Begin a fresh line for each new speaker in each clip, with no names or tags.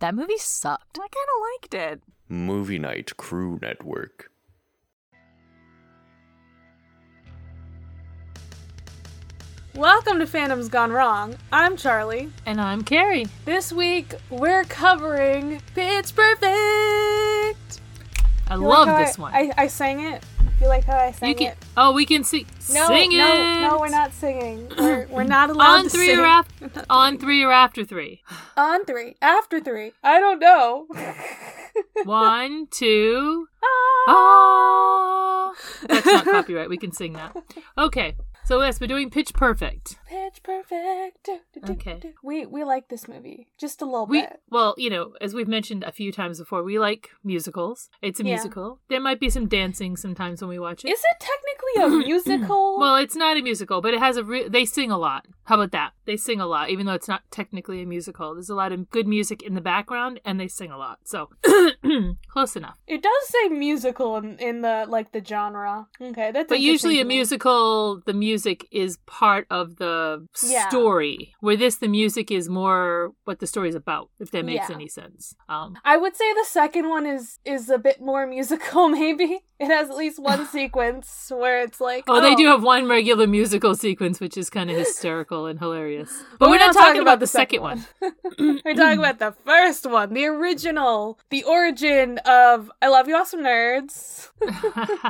That movie sucked.
I kind of liked it.
Movie Night Crew Network.
Welcome to Phantoms Gone Wrong. I'm Charlie.
And I'm Carrie.
This week we're covering Pitch Perfect.
I
You
love
like how
this
I-
one.
I, I sang it. You like how I sang
you can.
it?
Oh, we can sing.
No,
sing
no,
it.
no, we're not singing. We're, we're not allowed
On
to
three
sing.
or after. on three or after three.
On three, after three. I don't know.
One, two.
Ah.
Ah. That's not copyright. We can sing that. Okay. So yes, we're doing Pitch Perfect.
Pitch Perfect. Do, do, do,
Okay.
do. We we like this movie just a little
We
bit.
well, you know, as we've mentioned a few times before, we like musicals. It's a
Yeah.
musical. There might be some dancing sometimes when we watch it.
Is it technically a musical?
Well, it's not a musical, but it has a. Re- they sing a lot. How about that? They sing a lot, even though it's not technically a musical. There's a lot of good music in the background, and they sing a lot. So close enough.
it does say musical in, in the like the genre. Okay, that's
But usually a
interesting to me.
musical, the music is part of the
Yeah.
story. Where this, the music is more what the story's about. If that makes
Yeah.
any sense. Um,
I would say the second one is is a bit more musical. Maybe it has at least one sequence where it's like,
oh, they do have one regular musical sequence, which is kind of hysterical and hilarious. But,
But
we're, not, talking, about the second one.
one. We're talking about the first one, the original, the origin of "I Love You, Awesome Nerds."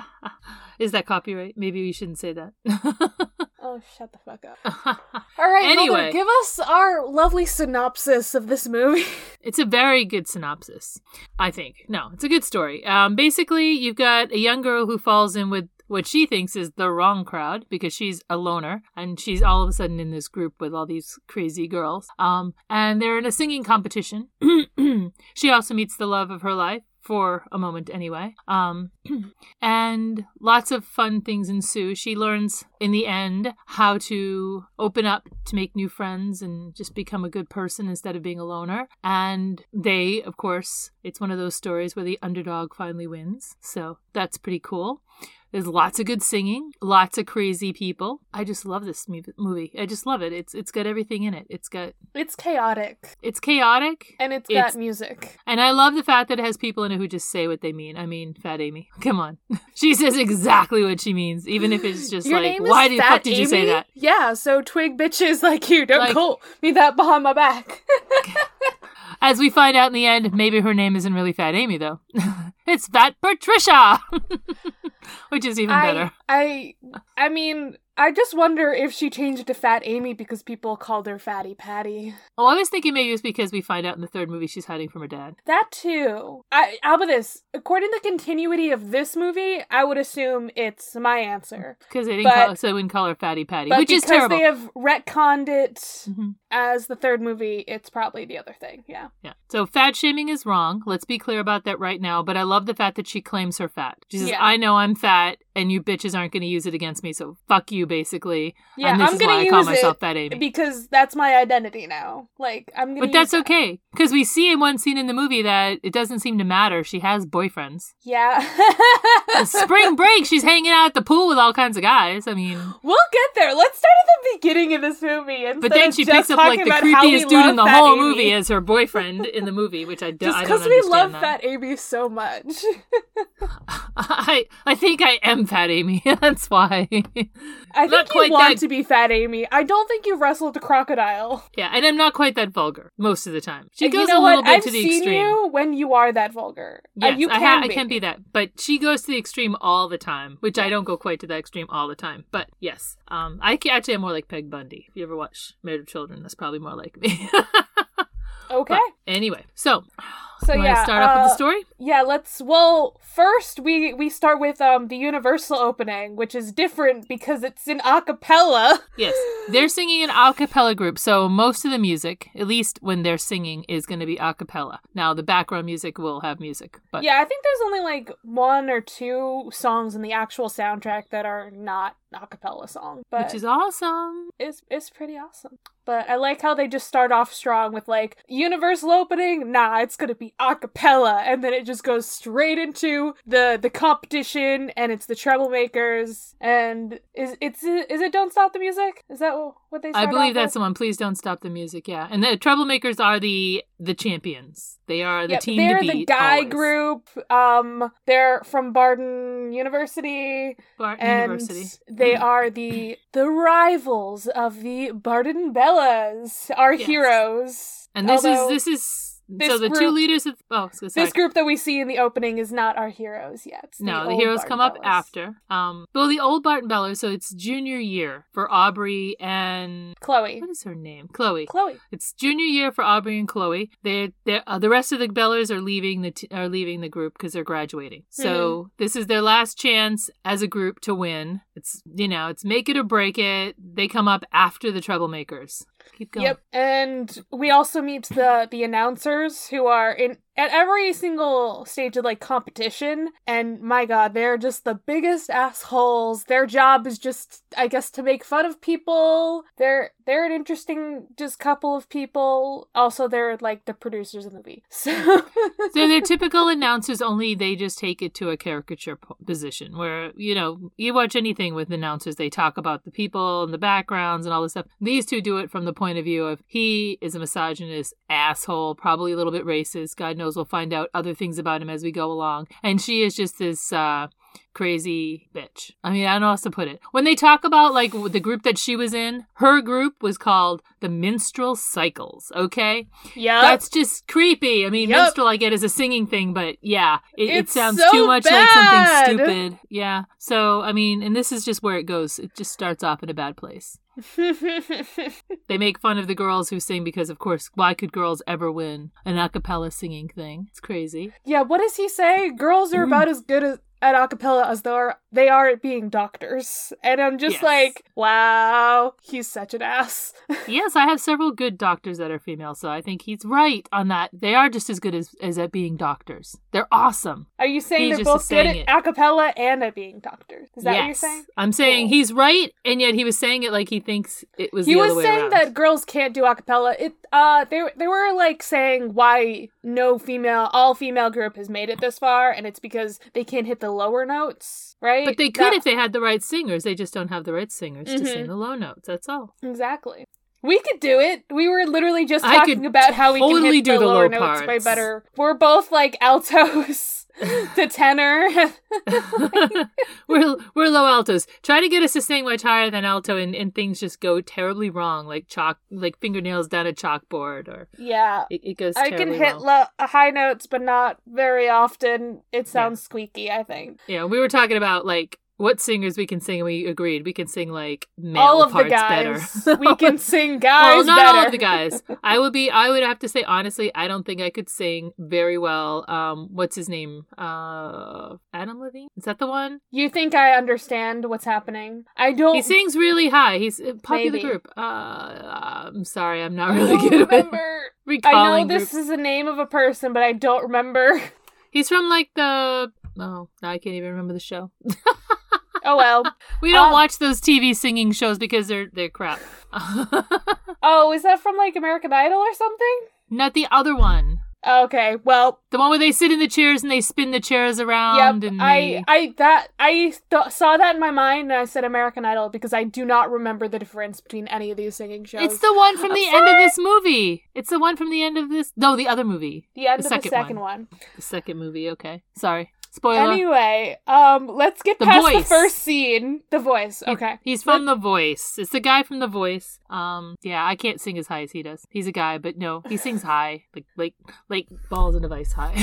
is that copyright? Maybe we shouldn't say that.
Oh, shut the fuck up! All right,
Anyway.
Heather, give us our lovely synopsis of this movie.
It's a very good synopsis, I think. No, it's a good story. Um, basically, you've got a young girl who falls in with what she thinks is the wrong crowd because she's a loner and she's all of a sudden in this group with all these crazy girls. Um, and they're in a singing competition. she also meets the love of her life for a moment anyway. Um, and lots of fun things ensue. She learns in the end how to open up to make new friends and just become a good person instead of being a loner. And they, of course, it's one of those stories where the underdog finally wins. So that's pretty cool. There's lots of good singing, lots of crazy people. I just love this mu- movie. I just love it. It's it's got everything in it. It's got
It's chaotic,
it's chaotic.
and it's
It's-
got music.
And I love the fact that it has people in it who just say what they mean. I mean, Fat Amy, come on. She says exactly what she means, even if it's just
Your
like,
name
why
is
the
Fat
fuck did you say
Amy?
that?
Yeah, so twig bitches like you don't
Like-
call me that behind my back.
As we find out in the end, maybe her name isn't really Fat Amy, though. it's Fat Patricia, which is even better.
I, I I mean, I just wonder if she changed it to Fat Amy because people called her Fatty Patty.
Oh, I was thinking maybe it's because we find out in the third movie she's hiding from her dad.
That too. I how about this? According to the continuity of this movie, I would assume it's my answer.
Because they didn't
But-
call, so they wouldn't call her Fatty Patty,
But
which is
because
terrible.
they have retconned it
Mhm.
as the third movie, it's probably the other thing. Yeah.
Yeah. So fat shaming is wrong. Let's be clear about that right now. But I love the fact that she claims her fat. She says,
Yeah.
I know I'm fat and you bitches aren't going to use it against me. So fuck you, basically.
Yeah,
and this
I'm
is
gonna
why I
use
call
it
myself Fat Amy.
because that's my identity now. Like I'm gonna
But that's
use that.
okay. Because we see in one scene in the movie that it doesn't seem to matter. She has boyfriends.
Yeah.
It's Spring break, she's hanging out at the pool with all kinds of guys. I mean,
We'll get there. Let's start at the beginning of this movie. Instead
but then
of
she
just
picks up like
talking
the
about how we
creepiest dude in
love
the
Fat
whole
Amy.
movie as her boyfriend in the movie, which I, do,
Just
I don't
because
understand.
we love
that.
Fat Amy so much.
I, I think I am Fat Amy. That's why.
I
Not
think
quite
you want
that-
to be Fat Amy. I don't think you wrestled a crocodile.
Yeah, and I'm not quite that vulgar most of the time. She
And
goes
you know
a little
what?
bit
I've
to the
seen
extreme.
you when you are that vulgar. Uh,
Yes,
you
I,
can
ha-
be.
I can be that, but she goes to the extreme all the time, which I don't go quite to that extreme all the time. But yes, um, I ca- actually am more like Peg Bundy. If you ever watch Married with Children, that's probably more like me.
Okay.
But anyway, so
so
you want
yeah.
to start off with
uh,
the story?
Yeah, let's well, first we we start with um the universal opening, which is different because it's in a cappella.
Yes, they're singing an a cappella group, so most of the music, at least when they're singing, is going to be a cappella. Now the background music will have music, but
Yeah, I think there's only like one or two songs in the actual soundtrack that are not a cappella song, but
which is awesome.
it's it's pretty awesome. But I like how they just start off strong with like universal opening. Nah, it's gonna be a cappella, and then it just goes straight into the the competition, and it's the troublemakers, and is it's is it don't stop the music? Is that what they?
I
Start
believe
off
that's the one. Please don't stop the music. Yeah, and the troublemakers are the the champions. They are the
Yep,
team
they're
to beat.
the guy
always.
group. Um, they're from Barden University,
Bar-
and
University. Mm-hmm.
they are the the rivals of the Barden Bellas, our
Yes.
heroes.
And this
Although,
is this is so
this
the two
group-
leaders of oh so sorry.
this group that we see in the opening is not our heroes yet. It's
No, the,
old
heroes
Barden
come up
Bellas.
after. Um, well, the old Barton Bellows, so it's junior year for Aubrey and
Chloe.
what is her name? Chloe.
Chloe.
It's junior year for Aubrey and Chloe. They they uh, the rest of the Bellers are leaving the t- are leaving the group because they're graduating. So this is their last chance as a group to win. It's you know it's make it or break it. They come up after the troublemakers. Keep going.
Yep, and we also meet the the announcers who are in at every single stage of like competition. And my god, they're just the biggest assholes. Their job is just, I guess, to make fun of people. They're they're an interesting just couple of people. Also, they're like the producers of the movie. So
so they're typical announcers only they just take it to a caricature po- position where you know you watch anything with announcers they talk about the people and the backgrounds and all this stuff these two do it from the point of view of he is a misogynist asshole probably a little bit racist god knows we'll find out other things about him as we go along and she is just this uh crazy bitch i mean i don't know how else to put it when they talk about like the group that she was in her group was called the minstrel cycles okay
yeah,
that's just creepy. I mean,
Yup.
minstrel I get is a singing thing, but yeah, it, it
It's
sounds
so
too much
bad.
like something stupid. Yeah. So I mean, and this is just where it goes. It just starts off in a bad place. They make fun of the girls who sing because, of course, why could girls ever win an a cappella singing thing? It's crazy.
yeah. What does he say? Girls are
Mm.
about as good as. At acapella, as though they are at being doctors, and I'm just
Yes.
like, wow, he's such an ass.
yes, I have several good doctors that are female, so I think he's right on that. They are just as good as, as at being doctors. They're awesome.
Are you saying
He
they're
just is
both good
saying
at acapella and at being doctors? Is that
yes.
what you're saying?
I'm saying
Cool.
he's right, and yet he was saying it like he thinks it was.
He
the
was
other way
saying
around.
that girls can't do acapella. It uh they they were like saying why no female all female group has made it this far and it's because they can't hit the lower notes, right?
But they could
That-
if they had the right singers. They just don't have the right singers to sing
Mhm.
the low notes. That's all.
Exactly. We could do it. We were literally just
I
talking
could
about how we can
totally
hit
do
the,
the
lower
low
notes way
parts.
better. We're both like altos to tenor.
we're we're low altos. Try to get us to sing much higher than alto, and, and things just go terribly wrong, like chalk, like fingernails down a chalkboard, or
yeah.
it, it goes.
I can
terribly
hit
wrong.
lo- uh, high notes, but not very often. It sounds squeaky. I think
yeah, we were talking about like what singers we can sing, and we agreed we can sing like male
all of the
parts
guys.
better.
we can sing
Well,
guys
not
better.
all of the guys. I would be. I would have to say honestly, I don't think I could sing very well. Um, what's his name? Uh, Adam Levine. Is that the one?
You think I understand what's happening? I don't.
He sings really high. He's a popular
Maybe.
group. Uh, I'm sorry, I'm not
I
really
don't
good at
remember. I
recalling
know this
groups.
is the name of a person, but I don't remember.
He's from like the oh, now I can't even remember the show.
Oh well.
We don't
Um,
watch those TV singing shows because they're they're crap.
Oh, is that from like American Idol or something?
Not the other one.
Okay. Well,
The one where they sit in the chairs and they spin the chairs around
yep.
and
I
they,
I that I th- saw that in my mind, and I said American Idol because I do not remember the difference between any of these singing shows.
It's the one from
I'm
the end of this movie. It's the one from the end of this No, the other movie.
the end
the
of the
second
second one.
The second movie, okay. Sorry. Spoiler.
Anyway, um, let's get
The
past the
voice.
first scene. The voice. Okay.
He's from The Voice. It's the guy from The Voice. Um, yeah, I can't sing as high as he does. He's a guy, but no, he sings high, like like like balls in a vice high.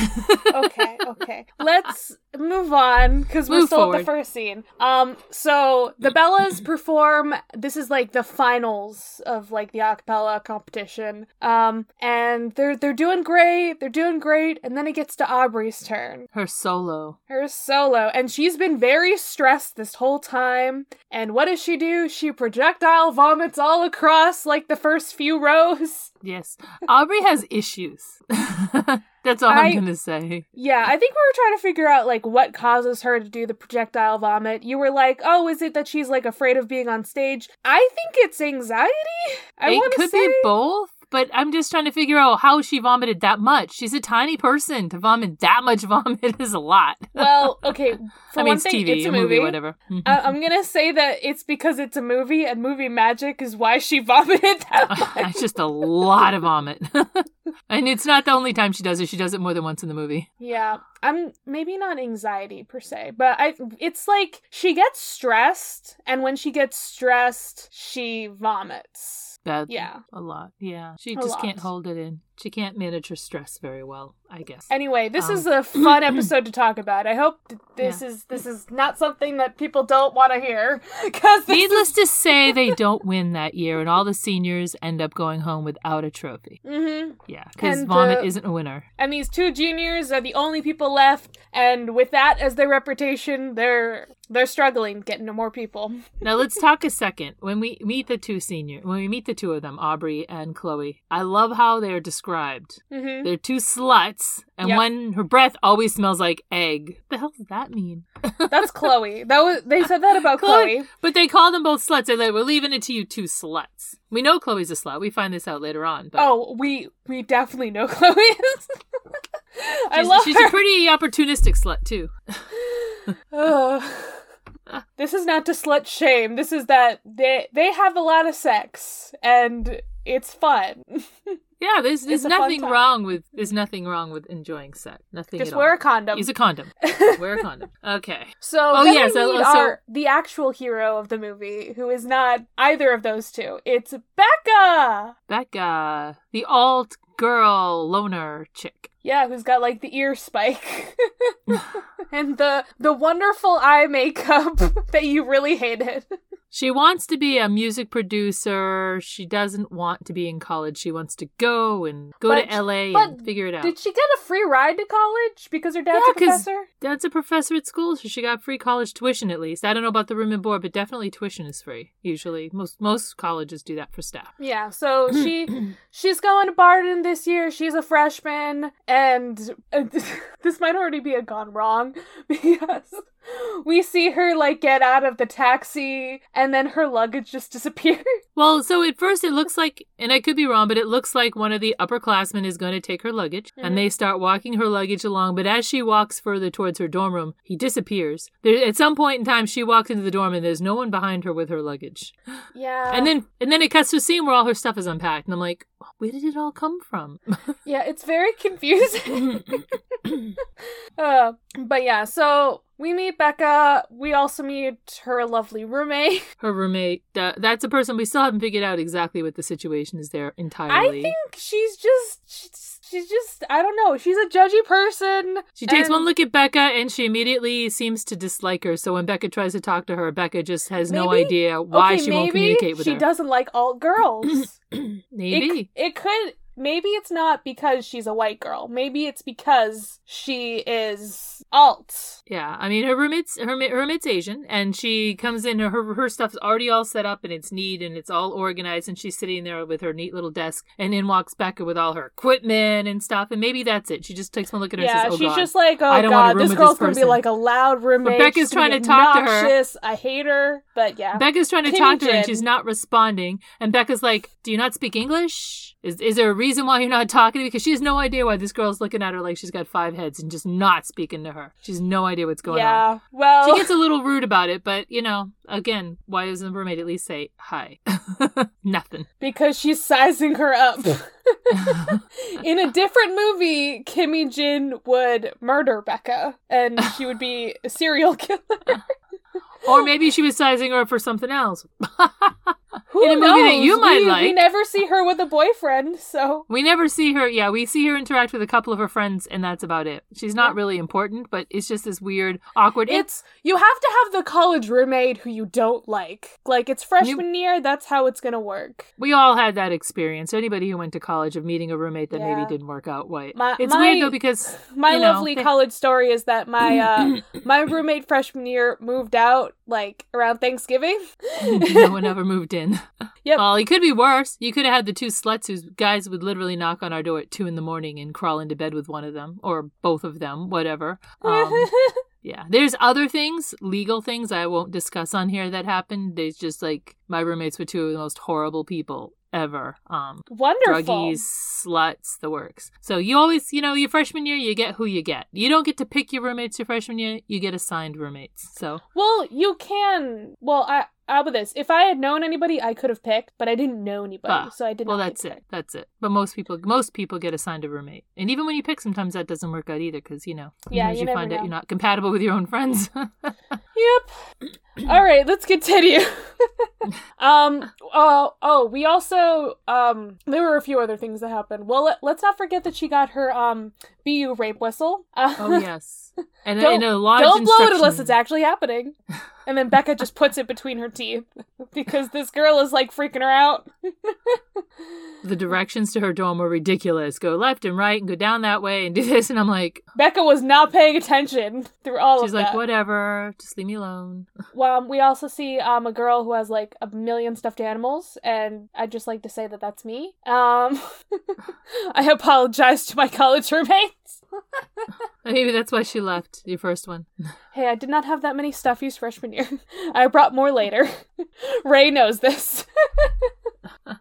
okay. Okay. Let's move on because we're
Move
still at
forward.
the
Mm.
first scene. Um. So the Bellas perform. This is like the finals of like the acapella competition. Um. And they're they're doing great. They're doing great. And then it gets to Aubrey's turn.
Her solo.
Her solo, and she's been very stressed this whole time. And what does she do? She projectile vomits all across like the first few rows.
Yes, Aubrey has issues. That's all I...
I-
am gonna say.
Yeah, I think we were trying to figure out like what causes her to do the projectile vomit. You were like, "Oh, is it that she's like afraid of being on stage?" I think it's anxiety. I
it
want to
could
say
be both, But I'm just trying to figure out how she vomited that much. She's a tiny person. To vomit that much vomit is a lot.
Well, okay. For
I mean,
one
it's
thing,
TV,
it's a
a
movie. Uh,
whatever. Mhm.
I- I'm gonna say that it's because it's a movie, and movie magic is why she vomited that much.
That's just a lot of vomit. and it's not the only time she does it. She does it more than once in the movie.
yeah, I'm maybe not anxiety per se, but I it's like she gets stressed, and when she gets stressed, she vomits.
That,
Yeah.
A lot. Yeah. She
A
just can't
lot.
hold it in. She can't manage her stress very well, I guess.
Anyway, this
Um.
is a fun episode to talk about. I hope th- this is this is not something that people don't want to hear because
Needless to say, they don't win that year, and all the seniors end up going home without a trophy.
hmm
Yeah, because
And uh,
vomit
the-
isn't a winner.
And these two juniors are the only people left, and with that as their reputation, they're they're struggling getting to more people.
Now let's talk a second. When we meet the two senior, when we meet the two of them, Aubrey and Chloe, I love how they are described.
hmm
They're two sluts, and
Yep.
one her breath always smells like egg. What the hell does that mean?
That's Chloe. That was they said that about
Chloe.
Chloe.
But they call them both sluts. They're like, "We're leaving it to you two sluts." We know Chloe's a slut. We find this out later on. But
Oh, we we definitely know Chloe is. I
she's,
love
she's
her.
a pretty opportunistic slut too.
Ugh. this is not to slut shame. This is that they they have a lot of sex and it's fun.
Yeah, there's there's
a fun
nothing
time.
wrong with there's nothing wrong with enjoying sex. Nothing.
Just
at
wear
all.
a condom.
Use a condom. Wear a condom. Okay.
So
Oh,
then
yes,
we
I-
meet
so-
our the actual hero of the movie, who is not either of those two. It's Becca.
Becca, the alt girl loner chick.
Yeah, who's got like the ear spike and the the wonderful eye makeup that you really hated.
She wants to be a music producer. She doesn't want to be in college. She wants to go and go
But-
to LA
but
and figure it out.
Did she get a free ride to college because her dad's a
Yeah, 'cause-
professor?
Dad's a professor at school, so she got free college tuition at least. I don't know about the room and board, but definitely tuition is free. Usually, most most colleges do that for staff.
Yeah, so she she's going to Barden this year. She's a freshman, and and this might already be a gone wrong because we see her like get out of the taxi, and then her luggage just disappears.
Well, so at first it looks like, and I could be wrong, but it looks like one of the upperclassmen is going to take her luggage,
Mhm.
and they start walking her luggage along. But as she walks further towards her dorm room, he disappears. There, at some point in time, she walks into the dorm, and there's no one behind her with her luggage.
Yeah,
and then, and then it cuts to a scene where all her stuff is unpacked, and I'm like, where did it all come from?
yeah, it's very confusing. uh, but yeah, so we meet Becca. We also meet her lovely roommate.
her roommate, uh, that's a person we still haven't figured out exactly what the situation is there entirely.
I think she's just she's, she's just I don't know. She's a judgy person.
She takes
And-
one look at Becca and she immediately seems to dislike her. So when Becca tries to talk to her, Becca just has no
Maybe-
idea why
Okay,
she won't communicate with
she
her.
doesn't like alt girls. It-
Maybe.
It, could maybe it's not because she's a white girl. Maybe it's because she is alt.
yeah, I mean her roommate's her, ma- her roommate's Asian, and she comes in. Her her stuff's already all set up, and it's neat, and it's all organized. And she's sitting there with her neat little desk, and in walks Becca with all her equipment and stuff. And maybe that's it. She just takes one look at her
yeah,
and says, "Oh
she's
God."
just like, oh
I don't want a
god,
room
this
with
girl's
this
gonna be
person."
like a loud roommate.
Becca's
she's gonna
trying
be
to talk to her.
obnoxious. I hate her, but yeah.
Becca's trying to
Kimmy
talk to her and
Jin.
she's not responding. And Becca's like, Do you not speak English? Is, is there a reason why you're not talking to me? Because she has no idea why this girl's looking at her like she's got five heads and just not speaking to her. She's no idea what's going
yeah.
on. She
Well,
gets a little rude about it, but you know, again, why doesn't the roommate at least say hi? Nothing.
because she's sizing her up. In a different movie, Kimmy Jin would murder Becca, and she would be a serial killer.
Or maybe she was sizing her up for something else.
Who
In a movie that you
knows?
might
we, We
like.
never see her with a boyfriend, so
We never see her. Yeah, we see her interact with a couple of her friends, and that's about it. She's not
Yeah.
really important, but it's just this weird, awkward.
it's you have to have the college roommate who you don't like. Like it's freshman year, that's how it's gonna work.
We all had that experience. Anybody who went to college of meeting a roommate that
Yeah.
maybe didn't work out. Why?
My-
it's
my-
weird though because
My
You know,
lovely
they-
college story is that my uh my roommate freshman year moved out like around Thanksgiving.
no one ever moved in.
Yep.
Well, it could be worse. You could have had the two sluts whose guys would literally knock on our door at two in the morning and crawl into bed with one of them or both of them, whatever. Um, yeah. There's other things, legal things I won't discuss on here that happened. There's just like my roommates were two of the most horrible people ever. Um,
Wonderful.
druggies, sluts, the works. So you always, you know, your freshman year, you get who you get. You don't get to pick your roommates your freshman year. You get assigned roommates. So
Well, you can. Well, I. Out of this, if I had known anybody, I could have picked, but I didn't know anybody,
Ah,
so I didn't.
well, that's it. That's it. But most people, most people get assigned a roommate, and even when you pick, sometimes that doesn't work out either because you know,
Yeah,
sometimes
you
you,
never
find
know.
out you're not compatible with your own friends.
Yep. All right, let's continue. um. Oh. Oh. We also. Um. There were a few other things that happened. Well, let, let's not forget that she got her um BU rape whistle. Uh,
oh yes, and
Don't-
in a large
Don't blow it unless
instruction-
it's actually happening. And then Becca just puts it between her teeth because this girl is like freaking her out.
The directions to her dorm were ridiculous. Go left and right, and go down that way, and do this. And I'm like,
Becca was not paying attention through all
she's
of
like,
that.
whatever, just leave me alone.
Well, um, we also see um a girl who has like a million stuffed animals, and I'd just like to say that that's me. Um, I apologize to my college roommates.
Maybe that's why she left your first one.
Hey, I did not have that many stuffies freshman year. I brought more later. Ray knows this.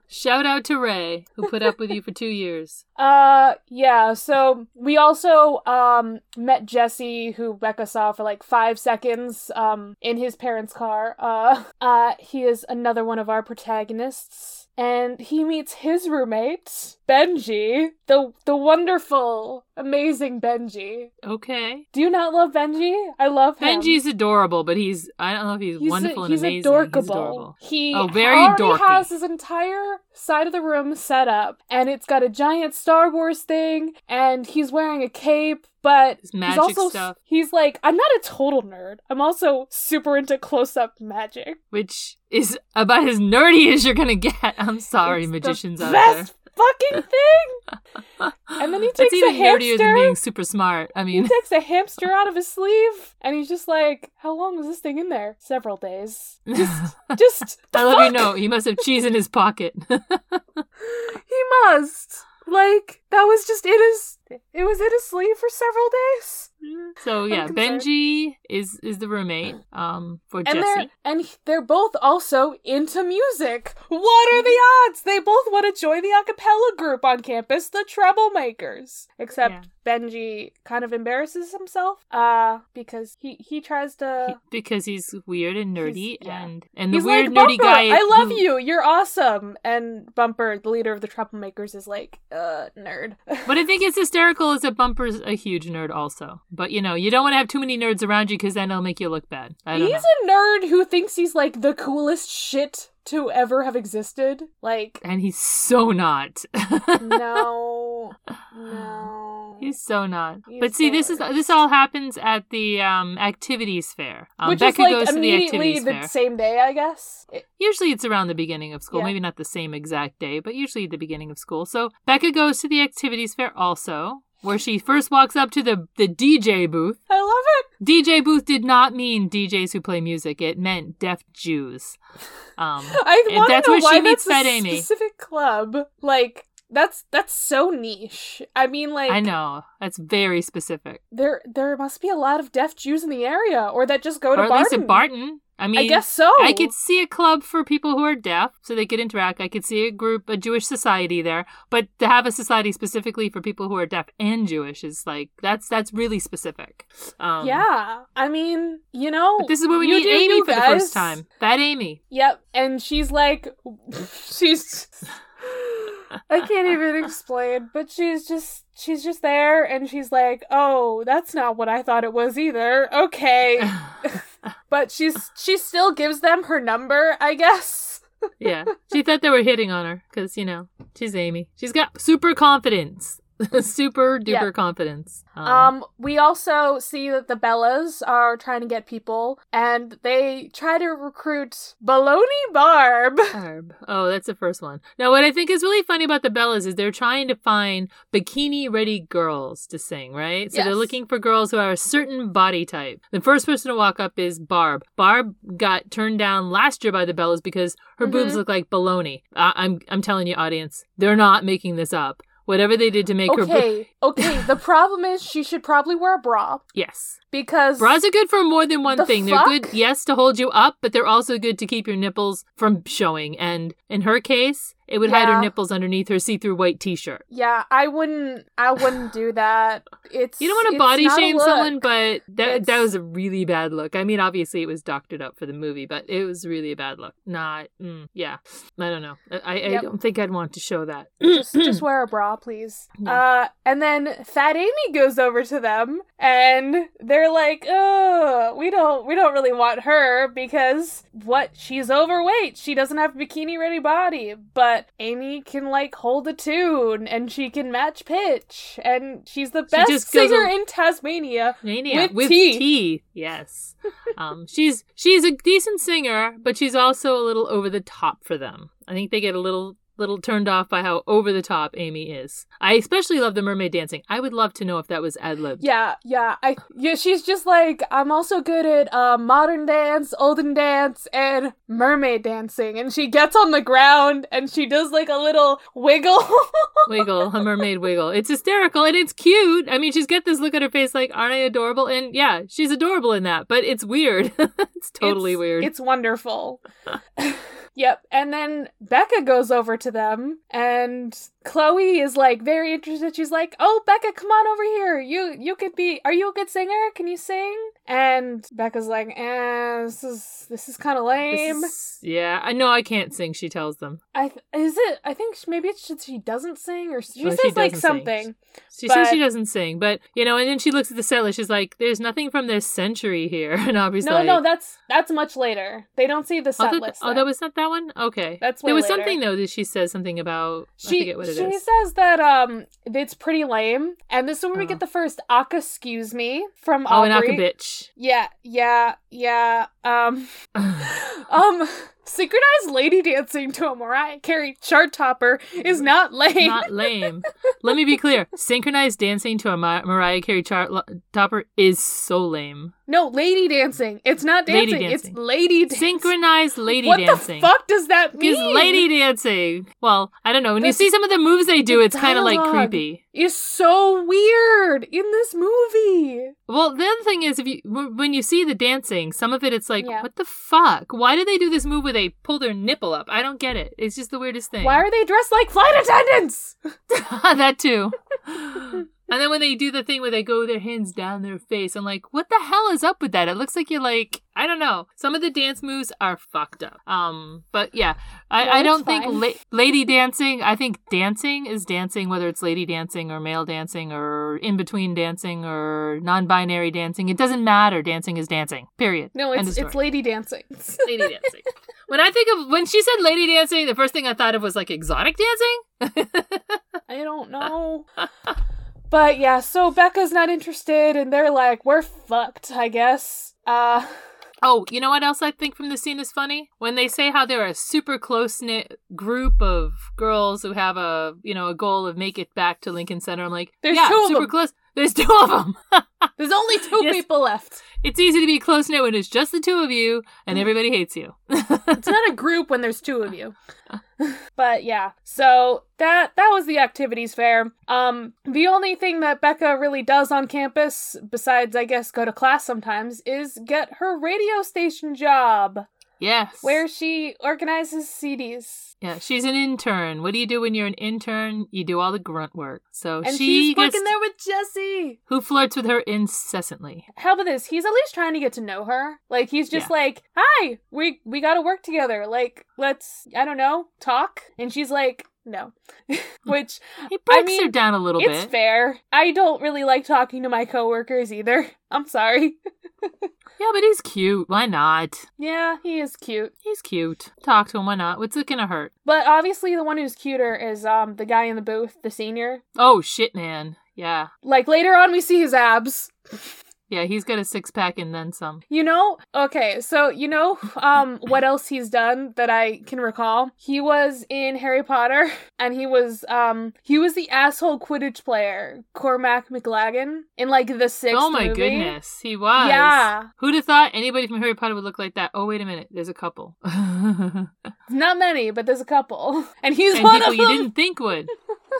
Shout out to Ray, who put up with you for two years.
Uh, yeah. So we also um met Jesse, who Becca saw for like five seconds um in his parents' car. Uh, uh, he is another one of our protagonists, and he meets his roommate Benji, the the wonderful, amazing Benji.
Okay.
Do you not love Benji? I love him.
Benji's adorable, but he's, I don't know if he's,
He's a-
wonderful
he's
and amazing.
adorkable.
He's adorable.
He
Oh, very
already
dorky.
has his entire side of the room set up, and it's got a giant Star Wars thing, and he's wearing a cape, but
His
he's
magic
also
stuff,
he's like, I'm not a total nerd. I'm also super into close up magic.
which is about as nerdy as you're going to get. I'm sorry,
It's the
magicians out there.
best fucking thing. And then he takes
It's
a
even nerdier
hamster.
than being super smart. I
He
mean,
takes a hamster out of his sleeve, and he's just like, "How long was this thing in there? Several days." Just, just.
I love you
fuck?
know he must have cheese in his pocket.
He must. Like that was just in his. It was in his sleeve for several days.
so yeah,
concerned.
Benji is is the roommate um for
And
Jesse.
they're and he- they're both also into music. What are the odds? They both want to join the a cappella group on campus, the Troublemakers. Except Benji kind of embarrasses himself, uh, because he he tries to.
because he's weird and
uh, He's-
nerdy
yeah.
and and the
He's
weird
like,
nerdy
Bumper,
guy
I love
who-
you. You're awesome. And Bumper, the leader of the Troublemakers, is like, uh, nerd.
But I think it's hysterical is that Bumper's a huge nerd also. But you know, you don't want to have too many nerds around you because then it'll make you look bad. I don't
he's
know.
a nerd who thinks he's like the coolest shit to ever have existed. Like,
And he's so not.
no, no.
He's so not.
He's
but see,
the
this is
worst.
this all happens at the um, activities fair. Um,
Which
Becca
is like
goes to the
immediately
activities
the,
fair.
same day, I guess. It-
Usually it's around the beginning of school,
Yeah.
maybe not the same exact day, but usually the beginning of school. So Becca goes to the activities fair also, where she first walks up to the the DJ booth.
I love it.
DJ booth did not mean DJs who play music. It meant deaf Jews. Um,
I
If
want
that's
to know
where she
why
meets
that's
Fat
a
Amy.
specific club. Like that's that's so niche. I mean, like
I know that's very specific.
there there must be a lot of deaf Jews in the area, or that just go
Or
to
at
Barton.
least at Barton. I mean,
I guess so.
I could see a club for people who are deaf so they could interact. I could see a group, a Jewish society there, but to have a society specifically for people who are deaf and Jewish is like that's that's really specific. Um,
yeah, I mean, you know,
But this is where we
you
meet
do
Amy
you
for the first
guys.
time. That Amy.
Yep. And she's like, she's. I can't even explain, but she's just she's just there, and she's like, "Oh, that's not what I thought it was either." Okay, but she's she still gives them her number, I guess.
yeah, she thought they were hitting on her because you know she's Amy. She's got super confidence, super duper
Yeah.
confidence.
Um, we also see that the Bellas are trying to get people, and they try to recruit Baloney Barb.
Barb. Oh, that's the first one. Now, what I think is really funny about the Bellas is they're trying to find bikini ready girls to sing, right? So they're
Yes.
looking for girls who are a certain body type. The first person to walk up is Barb. Barb got turned down last year by the Bellas because her boobs
Mhm.
look like baloney. I- I'm I'm telling you, audience, they're not making this up. Whatever they did to make her, boob-
Okay, okay. The problem is she should probably wear a bra
yes,
because
Bras are good for more than one
The
thing.
fuck?
They're good, yes, to hold you up, but they're also good to keep your nipples from showing. And in her case, It would hide her
Yeah.
nipples underneath her see-through white t-shirt.
Yeah, I wouldn't. I wouldn't do that. It's
You don't want
it's
to body
not a
shame
look.
someone, but that that
It's-
was a really bad look. I mean, obviously it was doctored up for the movie, but it was really a bad look. Not, mm, yeah, I don't know. I, I, I
Yep.
don't think I'd want to show that.
just just wear a bra, please.
Yeah.
Uh, and then Fat Amy goes over to them, and they're like, "Oh, we don't we don't really want her because what? She's overweight. She doesn't have bikini ready body, but Amy can like hold a tune, and she can match pitch, and she's the best
just goes
singer
a-
in Tasmania."
Mania
With tea.
Yes. Um, she's she's a decent singer, but she's also a little over the top for them. I think they get a little little turned off by how over the top Amy is. I especially love the mermaid dancing. I would love to know if that was ad lib.
Yeah, yeah. I yeah, she's just like I'm also good at uh, modern dance, olden dance, and mermaid dancing. And she gets on the ground and she does like a little wiggle.
Wiggle, a mermaid wiggle. It's hysterical and it's cute. I mean, she's got this look on her face like, aren't I adorable? And yeah, she's adorable in that, but it's weird. it's totally
It's-
weird.
It's wonderful. yep. And then Becca goes over to them and Chloe is like very interested. She's like, "Oh, Becca, come on over here. You you could be Are you a good singer? Can you sing?" And Becca's like, "Eh, this is this is kind of
This
lame."
is- yeah, I know I can't sing, she tells them.
I th- is it? I think sh- maybe it's just she doesn't sing or she
Oh, she
says like
doesn't sing.
something.
She says
But-
she doesn't sing, but you know, and then she looks at the set list. She's like, "There's nothing from this century here," and Aubrey's
no,
like,
no, that's that's much later. They don't see the
oh,
set
that,
list.
oh,
then.
that was not that one. Okay,
That's
there
way
was
later.
something though that she says something about. I
she
forget what it
she
is.
says that um it's pretty lame, and this is where we
Oh.
get the first "Aka excuse me" from
Oh, an
Aubrey.
Aka bitch.
Yeah, yeah, yeah. Um, um, synchronized lady dancing to a Mariah Carey chart topper is not lame.
not lame. Let me be clear. Synchronized dancing to a Ma- Mariah Carey chart lo- topper is so lame.
no, lady dancing. It's not
Lady
dancing. It's
dancing.
lady dancing.
Synchronized lady
what
dancing.
the fuck does that mean?
is lady dancing? Well, I don't know. When you
That's-
see some of the moves they do,
the
it's kind of like
dialogue.
creepy.
is so weird in this movie.
Well, the other thing is, if you w- when you see the dancing, some of it it's like,
Yeah.
what the fuck? Why do they do this move where they pull their nipple up? I don't get it. It's just the weirdest thing.
Why are they dressed like flight attendants?
that too? and then when they do the thing where they go their hands down their face, I'm like, what the hell is up with that? It looks like you're like, I don't know. Some of the dance moves are fucked up. Um, but yeah, I,
No,
I
it's
don't think
fine.
la- lady dancing. I think dancing is dancing, whether it's lady dancing or male dancing or in between dancing or non-binary dancing. It doesn't matter. Dancing is dancing. Period.
No,
End of
it's
story.
it's lady dancing.
lady dancing. When I think of when she said lady dancing, the first thing I thought of was like exotic dancing.
I don't know. But yeah, so Becca's not interested and they're like, we're fucked, I guess. Uh
Oh, you know what else I think from the scene is funny? When they say how they're a super close knit group of girls who have a you know a goal of make it back to Lincoln Center. I'm like,
There's
yeah,
two of
super
them.
close. There's two of them.
there's only two
Yes.
people left.
It's easy to be close knit when it's just the two of you and
Mm-hmm.
everybody hates you.
It's not a group when there's two of you. but yeah. So that that was the activities fair. Um the only thing that Becca really does on campus besides I guess go to class sometimes is get her radio station job.
yes.
where she organizes CDs.
Yeah, she's an intern. What do you do when you're an intern? You do all the grunt work. So
And
she
she's
gets
working there with Jesse.
who flirts with her incessantly.
How about this? He's at least trying to get to know her. Like he's just
Yeah.
like, "Hi, we we got to work together. Like let's, I don't know, talk." And she's like, "No." Which
He breaks her
mean,
down a little
it's
bit.
fair. I don't really like talking to my coworkers either. I'm sorry.
Yeah, but he's cute. Why not?
Yeah, he is cute.
He's cute. Talk to him. Why not? What's it gonna hurt?
But obviously the one who's cuter is um the guy in the booth, the senior.
Oh shit, man. Yeah,
Like later on we see his abs.
yeah. He's got a six pack and then some.
You know, okay, so you know um what else he's done that I can recall? He was in Harry Potter and he was um he was the asshole Quidditch player, Cormac McLagan, in like the sixth
oh my
movie.
goodness, he was.
Yeah.
Who'd have thought anybody from Harry Potter would look like that? Oh wait a minute, there's a couple. and
Not many, but there's a couple. And he's one
people
of
you
them.
didn't think would.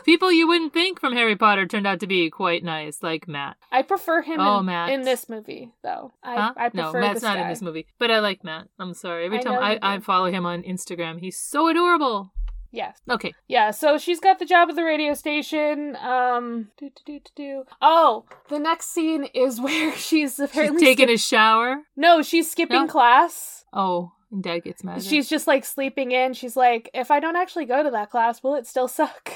People you wouldn't think from Harry Potter turned out to be quite nice, like Matt.
I prefer him
Oh,
in,
Matt.
in this movie though. I
Huh?
I
no,
prefer
Matt's
this
not in
guy.
this movie, but I like Matt. I'm sorry. Every
I
time
know you
I, I
do.
follow him on Instagram, he's so adorable.
Yes.
Okay.
Yeah, so she's got the job at the radio station. Um, do, do, do, do, do. Oh, the next scene is where she's apparently
She's taking
skip-
a shower.
no, she's
No.
skipping class.
Oh, and Dad gets mad. at her.
She's just like sleeping in. She's like, if I don't actually go to that class, will it still suck?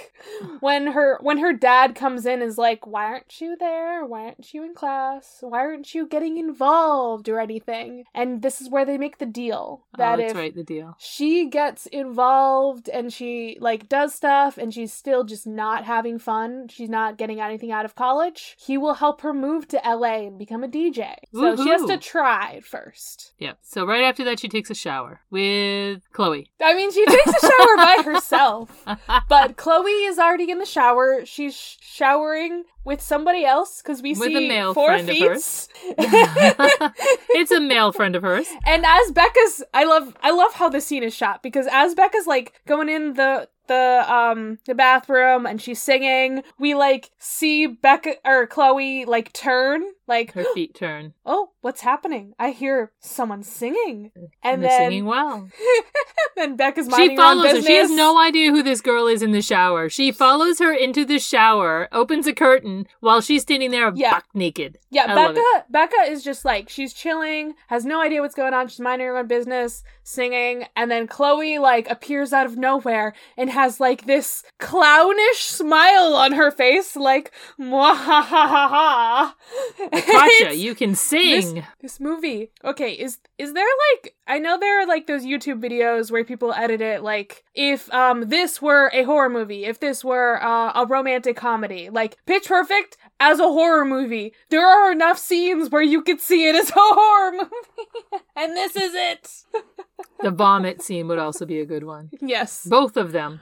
when her when her dad comes in is like, why aren't you there? Why aren't you in class? Why aren't you getting involved or anything? And this is where they make the deal
oh,
that
that's
if
right, the deal.
she gets involved and she like does stuff and she's still just not having fun she's not getting anything out of college he will help her move to la and become a dj so she has to
Woohoo.
try at first
Yeah. So right after that, she takes a shower with Chloe.
i mean she takes a shower by herself but chloe is already in the shower she's sh- showering with somebody else because we
With a
see
male
four
friend of
feet
hers. it's a male friend of hers.
And as Becca's, I love, I love how the scene is shot because as Becca's like going in the the um the bathroom and she's singing, we like see Becca or Chloe like turn like,
Her feet turn,
oh, what's happening? I hear someone singing,
and
and
they're
then
singing well.
then Becca's minding
She
her own
follows her. She has
business.
no idea who this girl is in the shower. She follows her into the shower, opens a curtain while she's standing there
Yeah.
buck naked.
Yeah,
I love
Becca. Becca is just like she's chilling, has no idea what's going on. She's minding her own business, singing, and then Chloe like appears out of nowhere and has like this clownish smile on her face, like "Mwah, ha ha ha ha.
Tasha,
It's-
you can sing.
this movie. Okay, is is there like I know there are like those YouTube videos where people edit it like if um this were a horror movie, if this were uh, a romantic comedy, like Pitch Perfect as a horror movie. There are enough scenes where you could see it as a horror movie. and this is it.
The vomit scene would also be a good one.
Yes.
Both of them.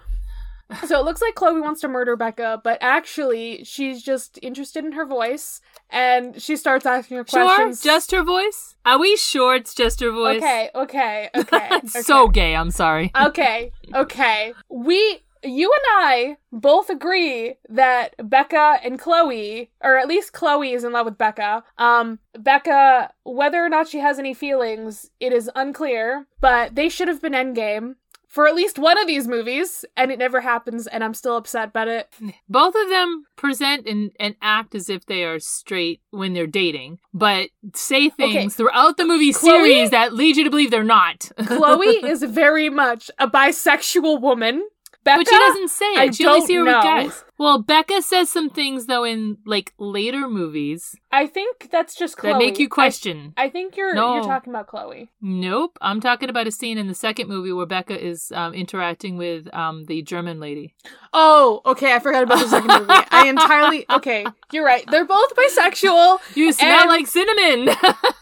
So it looks like Chloe wants to murder Becca, but actually she's just interested in her voice and she starts asking her
Sure,
questions.
just her voice. Are we sure it's just her voice?
Okay, okay, okay.
It's
okay.
so gay. I'm sorry.
okay, okay. We, you and I both agree that Becca and Chloe, or at least Chloe is in love with Becca. Um, Becca, whether or not she has any feelings, it is unclear, but they should have been endgame for at least one of these movies, and it never happens, and I'm still upset about it.
Both of them present and, and act as if they are straight when they're dating, but say things throughout the movie
Chloe-
series that lead you to believe they're not.
Chloe is very much a bisexual woman. Becca,
But she doesn't say it.
I
she only
don't
sees her
know.
with guys. Well, Becca says some things though in like later movies
I think that's just Chloe.
that make you
I-
question.
I, think you're
No.
you're talking about Chloe.
nope, I'm talking about a scene in the second movie where Becca is um, interacting with um, the German lady.
Oh, okay. I forgot about the second movie. I entirely okay. You're right. They're both bisexual.
You smell
And-
like cinnamon.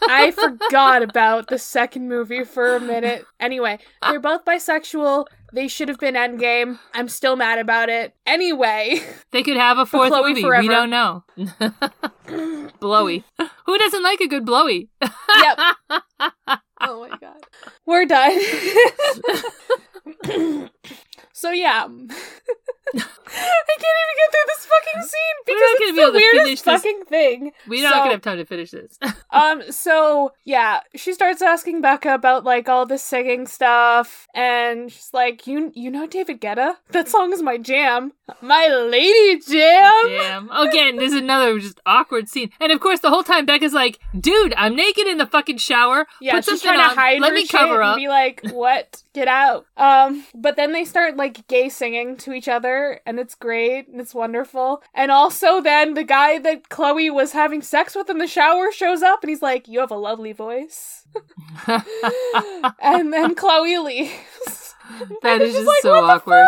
I forgot about the second movie for a minute. Anyway, they're both bisexual. They should have been Endgame. I'm still mad about it. Anyway,
They could have a fourth
Chloe
movie.
forever.
We don't know. blowy. Who doesn't like a good blowy?
yep. Oh my god. We're done. so yeah. I can't even get through this fucking scene
We're
because
not gonna
it's
be able
the
to finish
weirdest
this.
fucking thing.
We don't
So-
gonna have time to finish this.
um so yeah she starts asking becca about like all this singing stuff and she's like you you know david guetta that song is my jam my lady jam
Damn. Again, there's another just awkward scene. And of course, the whole time Becca's like, "Dude, I'm naked in the fucking shower.
yeah,
Put
she's
something
trying
on.
to hide
Let
her
me
shit
cover
and
up."
be like, "What? Get out!" Um, but then they start like gay singing to each other, and it's great and it's wonderful. And also, then the guy that Chloe was having sex with in the shower shows up, and he's like, "You have a lovely voice," and then Chloe leaves.
that
It's
is
just
just
like,
so
what the
awkward.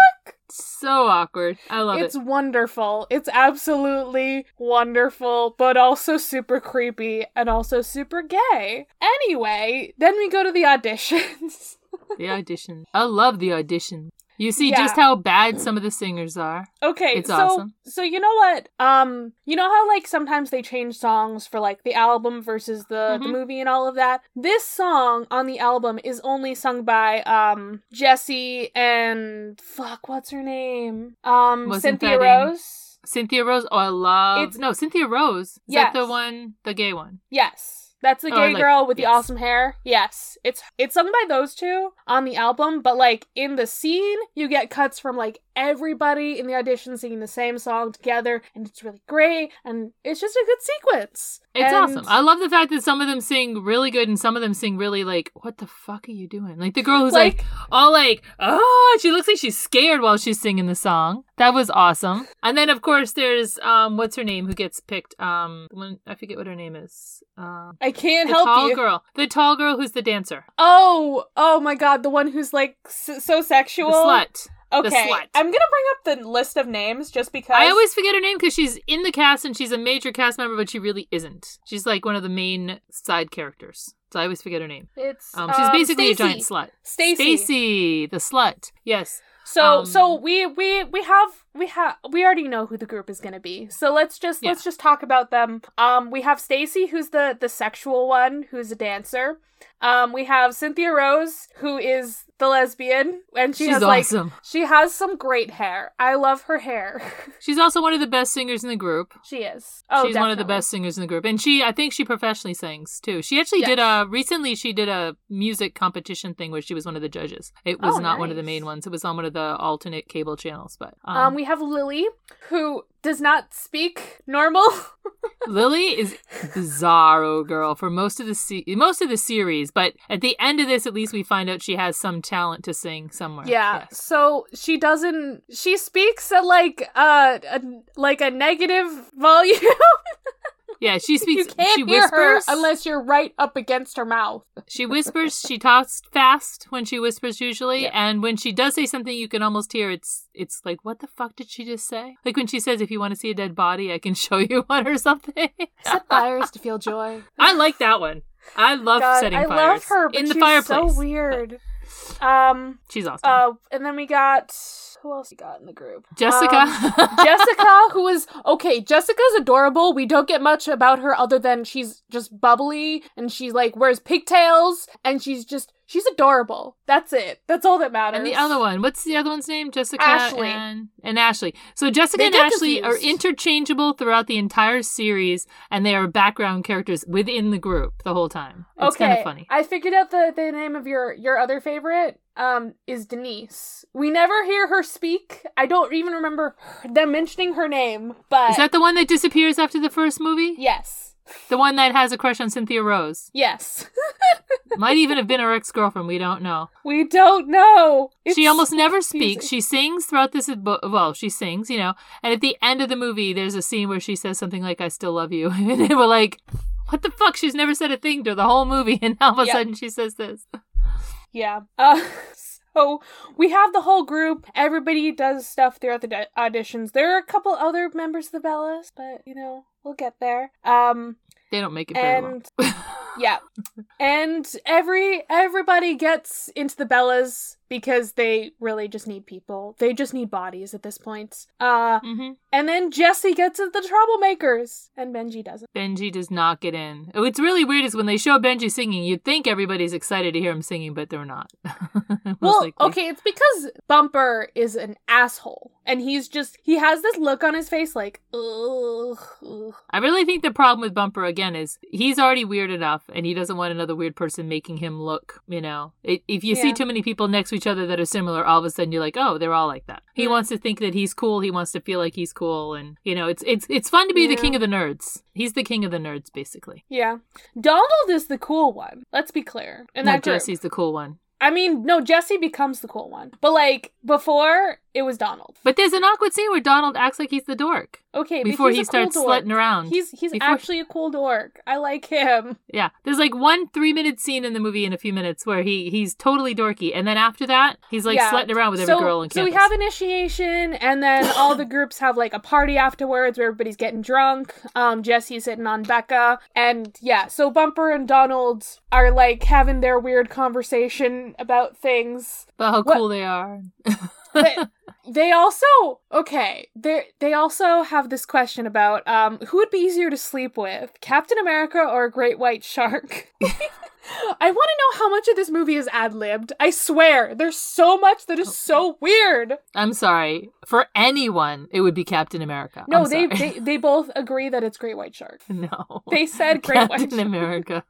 So awkward. I love
it's
it.
wonderful. It's absolutely wonderful, but also super creepy and also super gay. Anyway, then we go to the auditions.
The audition. I love the audition. You see
Yeah.
just how bad some of the singers are.
Okay,
It's
so
awesome.
so you know what? Um, you know how like sometimes they change songs for like the album versus the, the
Mhm.
movie and all of that. This song on the album is only sung by um Jesse and fuck, what's her name? Um,
Wasn't
Cynthia
that in-
Rose.
Cynthia Rose. Oh, I love.
It's-
no, Cynthia Rose. Is that the
Yes.
one? The gay one.
Yes, That's the
Oh, I
gay
like-
girl with
yes.
the awesome hair. Yes, it's it's sung by those two on the album, but like in the scene, you get cuts from like everybody in the audition singing the same song together, and it's really great, and it's just a good sequence.
It's
And-
awesome. I love the fact that some of them sing really good and some of them sing really like, what the fuck are you doing? Like the girl who's like,
Like-
all like, oh, she looks like she's scared while she's singing the song. That was awesome. And then of course there's um, what's her name who gets picked? Um, when, I forget what her name is. Um,
I can't
the
help
tall
you.
girl. The tall girl who's the dancer.
Oh, oh my god, the one who's like s- so
The
sexual.
slut.
Okay,
slut.
I'm gonna bring up the list of names just because.
I always forget her name because she's in the cast and she's a major cast member, but she really isn't. She's like one of the main side characters. So I always forget her name.
It's
Um, she's
um,
basically
Stacey.
a giant slut.
Stacy.
Stacy, the slut. Yes.
So
Um,
so we we we have we have we already know who the group is going to be. So let's just
Yeah.
let's just talk about them. Um we have Stacy who's the the sexual one who's a dancer. Um we have Cynthia Rose who is the lesbian and she
she's
has
awesome.
like she has some great hair. I love her hair.
she's also one of the best singers in the group.
she is. Oh,
she's one of the
definitely.
best singers in the group. And she I think she professionally sings too. She actually did
Yes.
a recently she did a music competition thing where she was one of the judges. It was
Oh,
not one of the
nice.
main ones. It was on one of the alternate cable channels, but um,
Um we have Lily who does not speak normal.
Lily is bizarro girl for most of the se- most of the series, but at the end of this, at least we find out she has some talent to sing somewhere.
Yeah.
Yes.
So she doesn't. She speaks at like uh a, like a negative volume.
yeah. She
you
speaks.
can't
she
hear
whispers
her unless you're right up against her mouth.
she whispers. She talks fast when she whispers usually,
Yeah.
and when she does say something, you can almost hear it's. It's like, what the fuck did she just say? Like when she says, "If you want to see a dead body, I can show you one" or something.
Set fires to feel joy.
I like that one. I love
God,
setting
I
fires
love her, but
in the
she's
fireplace.
so weird. Um.
She's awesome.
Uh. And then we got who else we got in the group?
Jessica.
um, Jessica, who is okay, Jessica's adorable. We don't get much about her other than she's just bubbly and she like wears pigtails and she's just she's adorable. That's it. That's all that matters.
And the other one, what's the other one's name? Jessica
Ashley.
And, and Ashley. So Jessica
They
and
get
Ashley are
confused.
interchangeable throughout the entire series, and they are background characters within the group the whole time. It's
okay,
kind of funny.
I figured out the, the name of your your other favorite um is Denise. We never hear her speak. I don't even remember them mentioning her name, but
Is that the one that disappears after the first movie?
yes.
The one that has a crush on Cynthia Rose.
Yes.
Might even have been her ex girlfriend. We don't know.
we don't know.
she
It's-
almost never speaks.
confusing.
She sings throughout this. bo- Well, she sings, you know. And at the end of the movie, there's a scene where she says something like, "I still love you," and they were like, "What the fuck?" She's never said a thing through the whole movie, and all of a
Yeah.
sudden she says this.
Yeah. Uh, so we have the whole group. Everybody does stuff throughout the di- auditions. There are a couple other members of the Bellas, but you know we'll get there. Um.
They don't make it very well.
And- Yeah. and every everybody gets into the Bellas because they really just need people. They just need bodies at this point. Uh.
hmm
And then Jesse gets into the troublemakers, and Benji doesn't.
Benji does not get in. What's really weird is when they show Benji singing, you'd think everybody's excited to hear him singing, but they're not. Most
Well,
likely.
okay, it's because Bumper is an asshole, and he's just—he has this look on his face, like, ugh, ugh,
I really think the problem with Bumper again is he's already weird enough and he doesn't want another weird person making him look, you know. I if you see
Yeah.
too many people next to each other that are similar, all of a sudden you're like, "Oh, they're all like that." He
Mhm.
wants to think that he's cool, he wants to feel like he's cool and, you know, it's it's it's fun to be the
Yeah.
king of the nerds. He's the king of the nerds basically.
Yeah. Donald is the cool one. Let's be clear. And
Not
that group.
Jesse's the cool one.
I mean, no, Jesse becomes the cool one. But like before, it was Donald.
But there's an awkward scene where Donald acts like he's the dork.
Okay, but
before
he's
he
a
starts
cool dork.
slutting around.
He's he's
Before-
actually a cool dork. I like him.
Yeah, there's like one three minute scene in the movie in a few minutes where he he's totally dorky, and then after that he's like
Yeah.
slutting around with every
so,
girl on
so
campus.
we have initiation, and then all the groups have like a party afterwards where everybody's getting drunk. Um, Jesse's hitting on Becca, and yeah, so Bumper and Donald are like having their weird conversation about things.
about how
What-
cool they are.
But They also okay. They they also have this question about um who would be easier to sleep with, Captain America or a great white shark. I want to know how much of this movie is ad libbed. I swear, there's so much that is
Oh.
so weird.
I'm sorry. For anyone, it would be Captain America.
No,
I'm
they,
sorry.
they they both agree that it's great white shark.
no.
They said great white
Captain
shark.
America.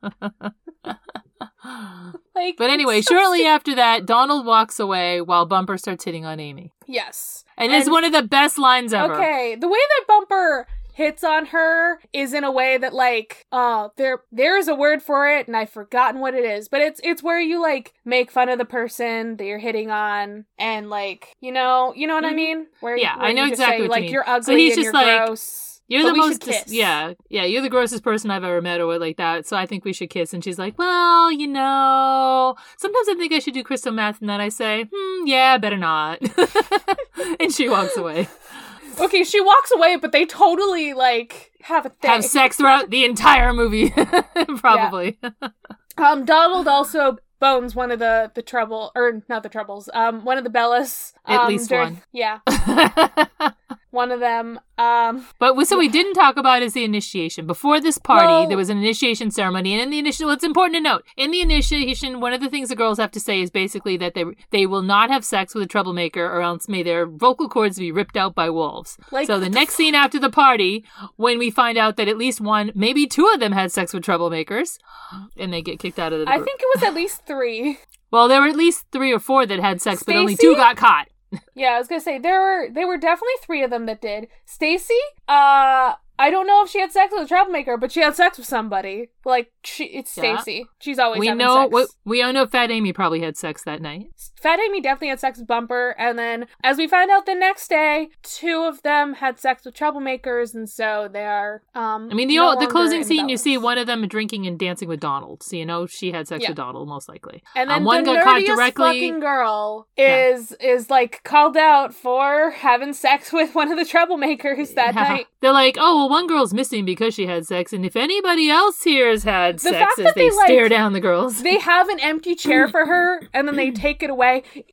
Like,
but
it's
anyway,
so
shortly
stu-
after that, Donald walks away while Bumper starts hitting on Amy.
yes.
And, it's
And-
one of the best lines ever.
Okay, the way that Bumper hits on her is in a way that like uh there there is a word for it and I've forgotten what it is, but it's it's where you like make fun of the person that you're hitting on and like you know you know what I
Mhm.
mean? Where
Yeah,
where
I know
you just
exactly
say,
what you
like
mean.
are ugly
So he's
and
just
you're
like,
gross.
You're
but
the
we
most
should kiss.
dis- yeah yeah you're the grossest person I've ever met or what like that. So I think we should kiss. And she's like, well, you know, sometimes I think I should do crystal meth, and then I say, hmm, yeah, better not. and she walks away.
Okay, she walks away, but they totally like have a thing.
Have sex throughout the entire movie, probably.
Um, Donald also bones one of the the trouble or not the troubles. Um, one of the Bellas.
At
um,
least
during-
one.
Yeah, one of them. Um,
but we, so we didn't talk about is the initiation. Before this party,
Well-
there was an initiation ceremony, and in the initiation, well, it's important to note in the initiation, one of the things the girls have to say is basically that they they will not have sex with a troublemaker, or else may their vocal cords be ripped out by wolves.
Like,
so
what
the
the
next scene after the party, when we find out that at least one, maybe two of them had sex with troublemakers, and they get kicked out of the
I
group.
think it was at least three.
well, there were at least three or four that had sex, but only
Stacey?
two got caught.
Yeah, I was gonna say there were there were definitely three of them that did. Stacy, uh, I don't know if she had sex with a troublemaker, but she had sex with somebody. Like she, it's
Yeah.
Stacy. She's always
We
having
know
sex.
we, we all know Fat Amy probably had sex that night.
Fat Amy definitely had sex with Bumper, and then as we find out the next day, two of them had sex with troublemakers, and so they are. Um,
I mean, the
no
old, the
longer
closing
in
scene, you
Bellas.
see one of them drinking and dancing with Donald. So you know she had sex
Yeah.
with Donald, most likely.
and
um,
then
one
the
got caught
nerdiest
directly-
fucking girl
Yeah.
is is like called out for having sex with one of the troublemakers that night.
They're like, oh, well, one girl's missing because she had sex, and if anybody else here has had
The
sex,
fact
as
that
they,
they, like-
stare down the girls.
They have an empty chair for her, and then they take it away.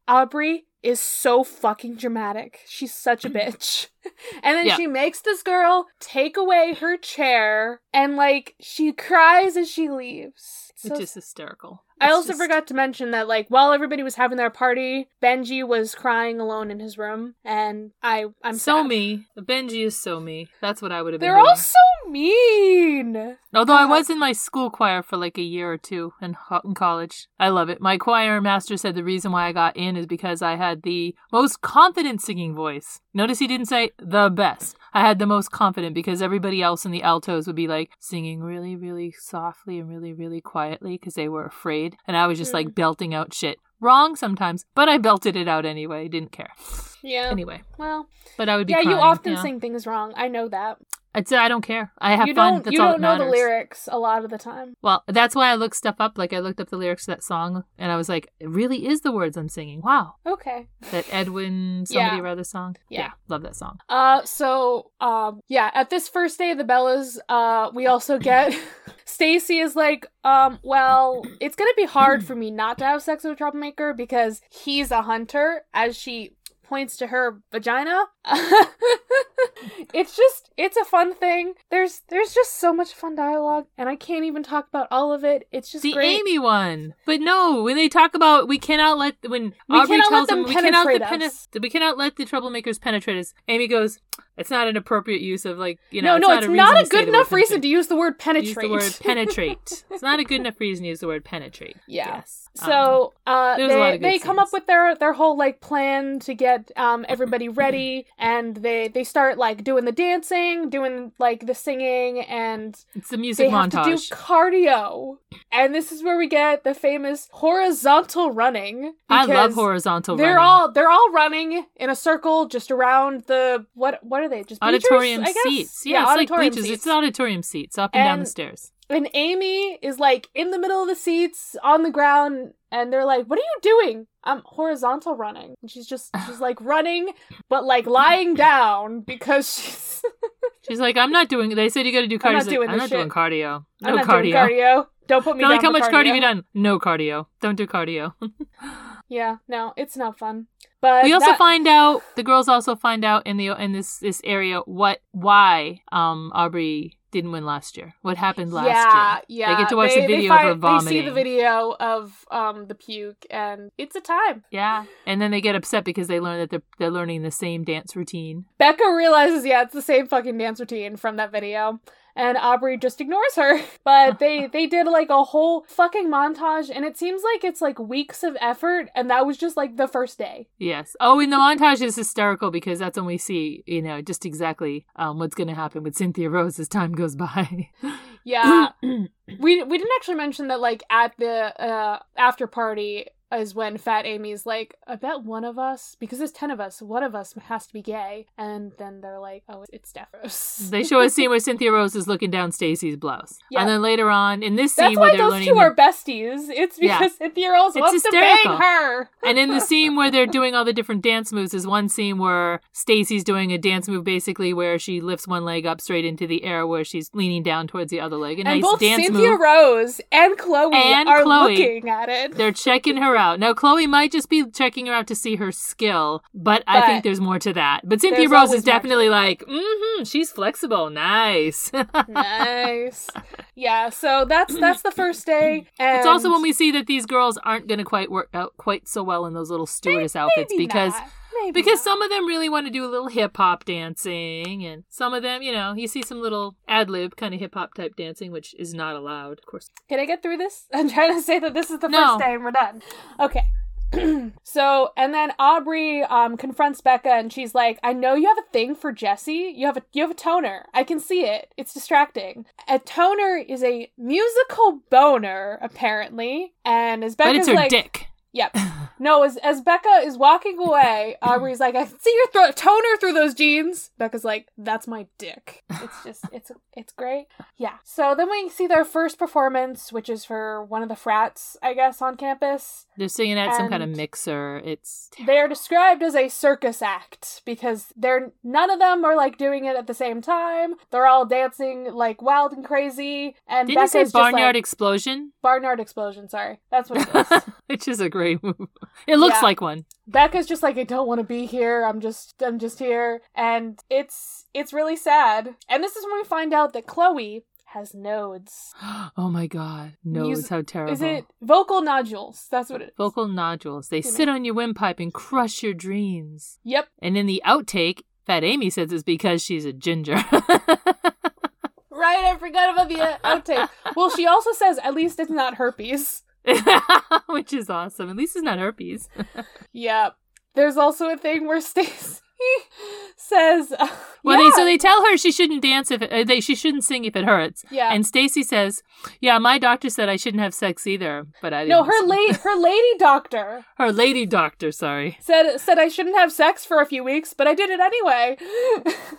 Aubrey is so fucking dramatic. She's such a bitch. And then
Yeah.
she makes this girl take away her chair, and like she cries as she leaves. So
It's just hysterical.
I
It's
also
just-
forgot to mention that, like, while everybody was having their party, Benji was crying alone in his room, and I, I'm
so
sad.
me. Benji is so me. That's what I would have been.
They're all
doing.
so mean.
Although
Uh-huh.
I was in my school choir for like a year or two in, ho- in college. I love it. My choir master said the reason why I got in is because I had the most confident singing voice. Notice he didn't say the best. I had the most confident because everybody else in the altos would be like singing really, really softly and really, really quietly because they were afraid. And I was just
Mm.
like belting out shit. Wrong sometimes, but I belted it out anyway. Didn't care.
Yeah.
Anyway,
Well,
but I would be
yeah, you
crying,
often
yeah.
sing things wrong. I know that.
I'd say I don't care. I have
you
fun.
don't.
That's
you
all
don't
that
know the
matters.
lyrics a lot of the time.
Well, that's why I looked stuff up. Like I looked up the lyrics to that song, and I was like, "It really is the words I'm singing." Wow,
Okay.
that Edwin somebody
Yeah.
or other song.
Yeah.
love that song.
Uh, so, um, yeah, at this first day of the Bellas, uh, we also get Stacy is like, um, well, it's gonna be hard for me not to have sex with a troublemaker because he's a hunter, as she points to her vagina. it's just, it's a fun thing. There's, there's just so much fun dialogue, and I can't even talk about all of it. It's just
The
great.
Amy one, but no, when they talk about we cannot let when
We
Aubrey
cannot let
tells
them
we cannot let
penetrate
pene-
us.
we cannot let the troublemakers penetrate us. Amy goes, "It's not an appropriate use of like you know."
no, no, it's
reason
not a
to say
good
the word
enough reason
penetrate.
to use the word
Use
penetrate.
the word penetrate. it's not a good enough reason to use the word penetrate.
Yeah.
Yes. Um,
So uh,
there's a lot
they
of good
they come up
scenes.
with their their whole like plan to get um, everybody ready, and they they start like doing the dancing, doing like the singing, and
it's the
they
music
have to do
montage.
cardio. And this is where we get the famous horizontal running.
I love
because
horizontal.
They're
running.
all they're all running in a circle just around the what what are they just bleachers,
auditorium
I guess?
seats. Yeah, it's like bleachers. It's auditorium seats up and, down the
And-
stairs.
and Amy is like in the middle of the seats on the ground and they're like, "What are you doing?" I'm horizontal running. And she's just she's like running but like lying down because she's
She's like, I'm not doing. They said you got to do cardio.
I'm not
She's like,
doing
I'm
this
not doing
shit.
cardio. No
I'm not
cardio.
doing cardio. Uh, Don't put me
They're
down
like, how
for
much cardio
cardio
have you done? No cardio. Don't do cardio.
Yeah, no, it's not fun. But
we also
that-
find out the girls also find out in the in this this area what why um Aubrey didn't win last year. What happened last
yeah,
year?
Yeah,
They get to watch the
they
video of her
find- They see the
vomiting.
video of um the puke, and it's a time.
Yeah, and then they get upset because they learn that they're they're learning the same dance routine.
Becca realizes, yeah, it's the same fucking dance routine from that video. And Aubrey just ignores her. But they they did like a whole fucking montage and it seems like it's like weeks of effort and that was just like the first day.
Yes. Oh, and the montage is hysterical because that's when we see you know just exactly um, what's going to happen with Cynthia Rose as time goes by.
Yeah. we we didn't actually mention that like at the uh after party is when Fat Amy's like, I bet one of us because there's ten of us, one of us has to be gay. And then they're like, Oh, it's Stephos.
they show a scene where Cynthia Rose is looking down Stacy's blouse,
Yeah.
and then later on in this
That's
scene where
why
they're
those
learning
two
the-
are besties. It's
Yeah.
because Cynthia Rose
It's
wants
hysterical.
to bang her.
And in the scene where they're doing all the different dance moves is one scene where Stacy's doing a dance move basically where she lifts one leg up straight into the air where she's leaning down towards the other leg. A
and
nice
both
dance
Cynthia
move.
Rose and Chloe
And
are
Chloe.
looking at it.
They're checking her out. Now Chloe might just be checking her out to see her skill, but, I
But
think there's more to that. But Cynthia
there's
Rose is
always more to
definitely
that.
like, mm-hmm, she's flexible. Nice.
nice. Yeah, so that's that's the first day. And
It's also when we see that these girls aren't gonna quite work out quite so well in those little stewardess outfits
maybe
because
not, maybe
because
not.
some of them really want to do a little hip hop dancing, and some of them, you know, you see some little ad lib kind of hip hop type dancing, which is not allowed, of course.
Can I get through this? I'm trying to say that this is the
No.
first day and we're done. Okay. so and then Aubrey um confronts Becca and she's like, I know you have a thing for Jesse. You have a you have a toner. I can see it. It's distracting. A toner is a musical boner, apparently. And as Becca's
but it's her
like
dick.
Yep. No, as as Becca is walking away, Aubrey's like, "I can see your thro- toner through those jeans." Becca's like, "That's my dick." It's just, it's it's great. Yeah. So then we see their first performance, which is for one of the frats, I guess, on campus.
They're singing at some kind of
And-
mixer. It's
They are described as a circus act because they're none of them are like doing it at the same time. They're all dancing like wild and crazy. And
didn't you
Becca's
say
just like-
Barnyard Explosion,
barnyard explosion. Sorry, that's what it is.
which is a great movie. It looks
Yeah.
like one.
Becca's just like I don't want to be here. I'm just I'm just here and it's it's really sad. And this is when we find out that Chloe has nodes.
Oh my god, knows
Mus-
how terrible.
Is it vocal nodules? That's what it is.
Uh-huh. vocal nodules? They
know.
sit on your windpipe and crush your dreams.
Yep.
And in the outtake, Fat Amy says it's because she's a ginger.
Right, I forgot about the uh, outtake. well, she also says at least it's not herpes.
Which is awesome. At least it's not herpes.
Yep. There's also a thing where Stacy says uh,
Well,
yeah.
they, so they tell her she shouldn't dance if it, uh, they, she shouldn't sing if it hurts.
yeah.
And Stacy says, "Yeah, my doctor said I shouldn't have sex either, but I didn't."
no, her
lady,
late her lady doctor
her lady doctor. Sorry,
said said I shouldn't have sex for a few weeks, but I did it anyway.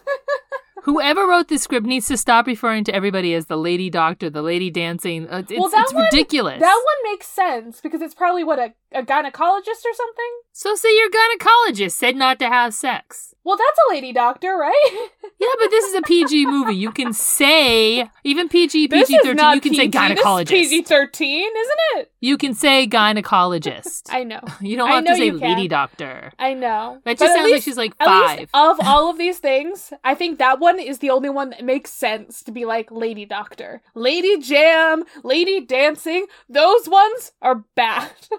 whoever wrote this script needs to stop referring to everybody as the lady doctor, the lady dancing. Uh, It's,
Well, that
it's
one-
ridiculous.
That one makes sense because it's probably what a, a gynecologist or something.
so say your gynecologist said not to have sex.
Well, that's a lady doctor, right?
Yeah, but this is a PG movie. You can say even PG
This
PG
is
thirteen.
not
You can say
PG.
gynecologist.
PG thirteen, isn't it?
You can say gynecologist.
I know,
you don't
I
have to
know
say
you can.
lady doctor.
I know.
That
But
just
at
sounds like
least-
she's like
at
five.
least of all of these things, I think that one is the only one that makes sense to be like lady doctor, lady jam, lady dancing. Those ones are bad.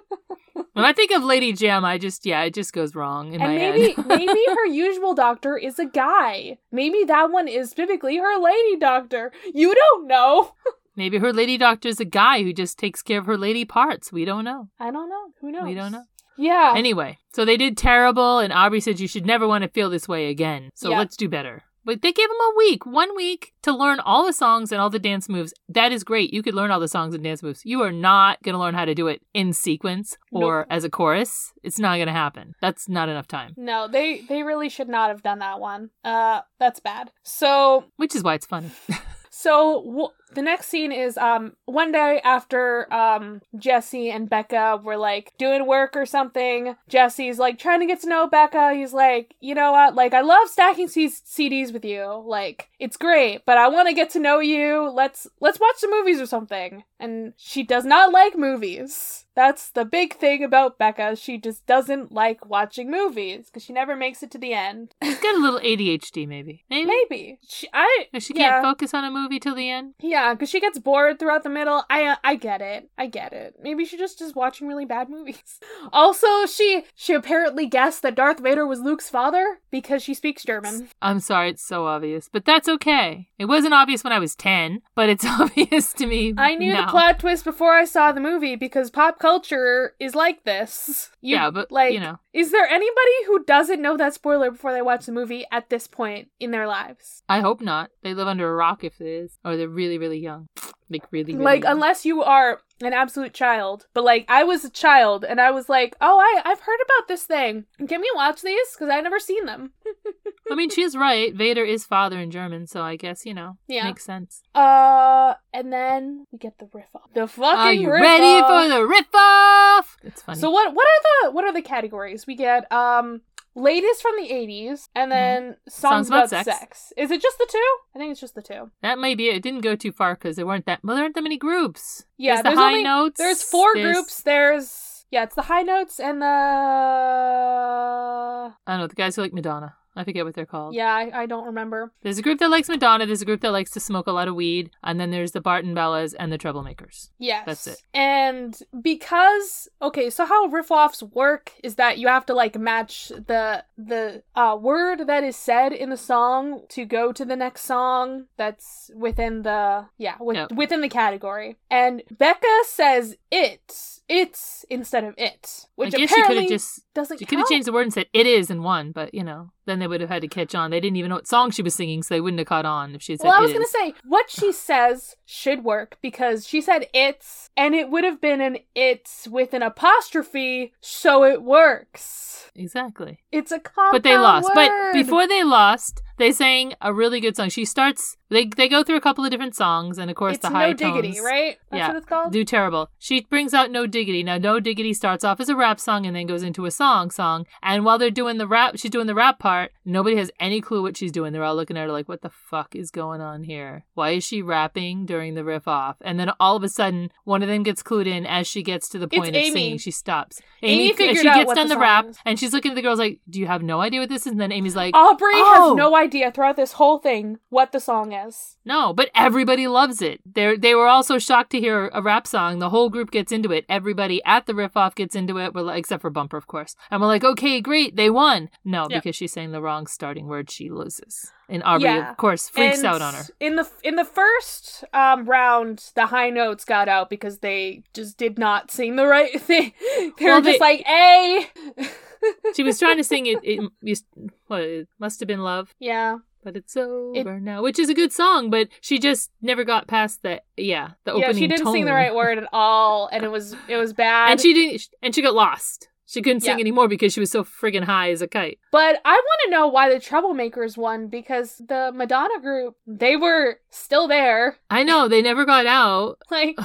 When I think of Lady Jam, I just yeah, it just goes wrong in my
and maybe
head.
maybe her usual doctor is a guy. Maybe that one is typically her lady doctor. You don't know.
maybe her lady doctor's a guy who just takes care of her lady parts. We don't know.
I don't know. Who knows?
We don't know.
Yeah.
Anyway, so they did terrible, and Aubrey said you should never want to feel this way again. So
Yeah.
let's do better. But they gave them a week, one week to learn all the songs and all the dance moves. That is great. You could learn all the songs and dance moves. You are not going to learn how to do it in sequence or
Nope.
as a chorus. It's not going to happen. That's not enough time,
no, they they really should not have done that one. Uh that's bad. So
which is why it's funny.
so w- The next scene is um one day after um Jesse and Becca were like doing work or something. Jesse's like trying to get to know Becca. He's like, you know what? Like I love stacking C- CDs with you. Like it's great, but I want to get to know you. Let's let's watch some movies or something. And she does not like movies. That's the big thing about Becca. She just doesn't like watching movies because she never makes it to the end.
She's got a little ADHD, maybe. Maybe.
Maybe she, I
If she
yeah.
can't focus on a movie till the end.
Yeah, because she gets bored throughout the middle. I uh, I get it. I get it. Maybe she just is watching really bad movies. Also, she she apparently guessed that Darth Vader was Luke's father because she speaks German.
I'm sorry, it's so obvious, but that's okay. It wasn't obvious when I was 10, but it's obvious to me.
I knew
now.
the plot twist before I saw the movie because pop culture is like this. You-
yeah, but
like
you know,
Is there anybody who doesn't know that spoiler before they watch the movie at this point in their lives?
I hope not. They live under a rock if it is, or they're really, really young, like really, really
like
young.
unless you are an absolute child but like i was a child and i was like oh i i've heard about this thing can we watch these because i've never seen them
I mean, she is right. Vader is father in German, so I guess you know,
Yeah.
makes sense.
uh and then we get the riff off the fucking
Are you
riff
ready
off.
for the riff off? It's funny.
so what what are the what are the categories we get um latest from the 80s and then
Mm-hmm.
songs, about, sex. is it just the two i think it's just the two
that might be it. It didn't go too far because there weren't that. Well, there aren't that many groups.
yeah
there's the high notes.
there's four groups there's yeah it's the high notes and the
I don't know the guys who like Madonna. I forget what they're called.
yeah i, I don't remember
There's a group that likes Madonna, there's a group that likes to smoke a lot of weed, and then there's the Barton Bellas and the Troublemakers.
Yes.
That's it.
And because okay, so how riff-offs work is that you have to like match the the uh word that is said in the song to go to the next song that's within the yeah, with,
Yep.
within the category. And Becca says it it's instead of it, which
I guess she could
apparently
have just
doesn't
she could have
count.
changed the word and said it is and won, but you know, then they would have had to catch on. They didn't even know what song she was singing, so they wouldn't have caught on if she had said
Well, I was
"It
gonna
is."
say what she says should work because she said it's, and it would have been an it's with an apostrophe, so it works.
Exactly.
It's a compound
But they lost.
word.
But before they lost, they sang a really good song. She starts they they go through a couple of different songs and of course
it's
the high
no diggity,
tones
right? That's
Yeah.
what it's called.
Do terrible. She brings out No Diggity. Now, No Diggity starts off as a rap song and then goes into a song song. And while they're doing the rap, she's doing the rap part. Nobody has any clue what she's doing. They're all looking at her like, "What the fuck is going on here? Why is she rapping during the riff off?" And then all of a sudden, one of them gets clued in as she gets to the
It's
point of
Amy.
singing. She stops.
Amy
cl-
figured
she
out
gets
what
done
the
the, rap
song is.
and she's looking at the girls like, "Do you have no idea what this is?" And then Amy's like,
Aubrey
Oh.
has no idea throughout this whole thing what the song is.
No, but everybody loves it. They they were also shocked to hear a rap song. The whole group gets into it. Everybody at the riff off gets into it. We're like, except for Bumper, of course. And we're like, okay, great, they won. No,
Yeah.
because she's saying the wrong starting word. She loses, and Aubrey,
Yeah.
of course, freaks
And
out on her.
In the in the first um, round, the high notes got out because they just did not sing the right thing. They
Well,
were
they-
just like, "A."
She was trying to sing it. It, it, what, it must have been love.
yeah.
But it's over now, which is a good song, but she just never got past the yeah the opening
yeah, she didn't sing the
tone.
right word at all, and it was it was bad.
and she didn't, and she got lost. She couldn't sing
Yeah.
anymore because she was so friggin' high as a kite.
but I want to know why the troublemakers won because the Madonna group they were still there.
I know they never got out.
Like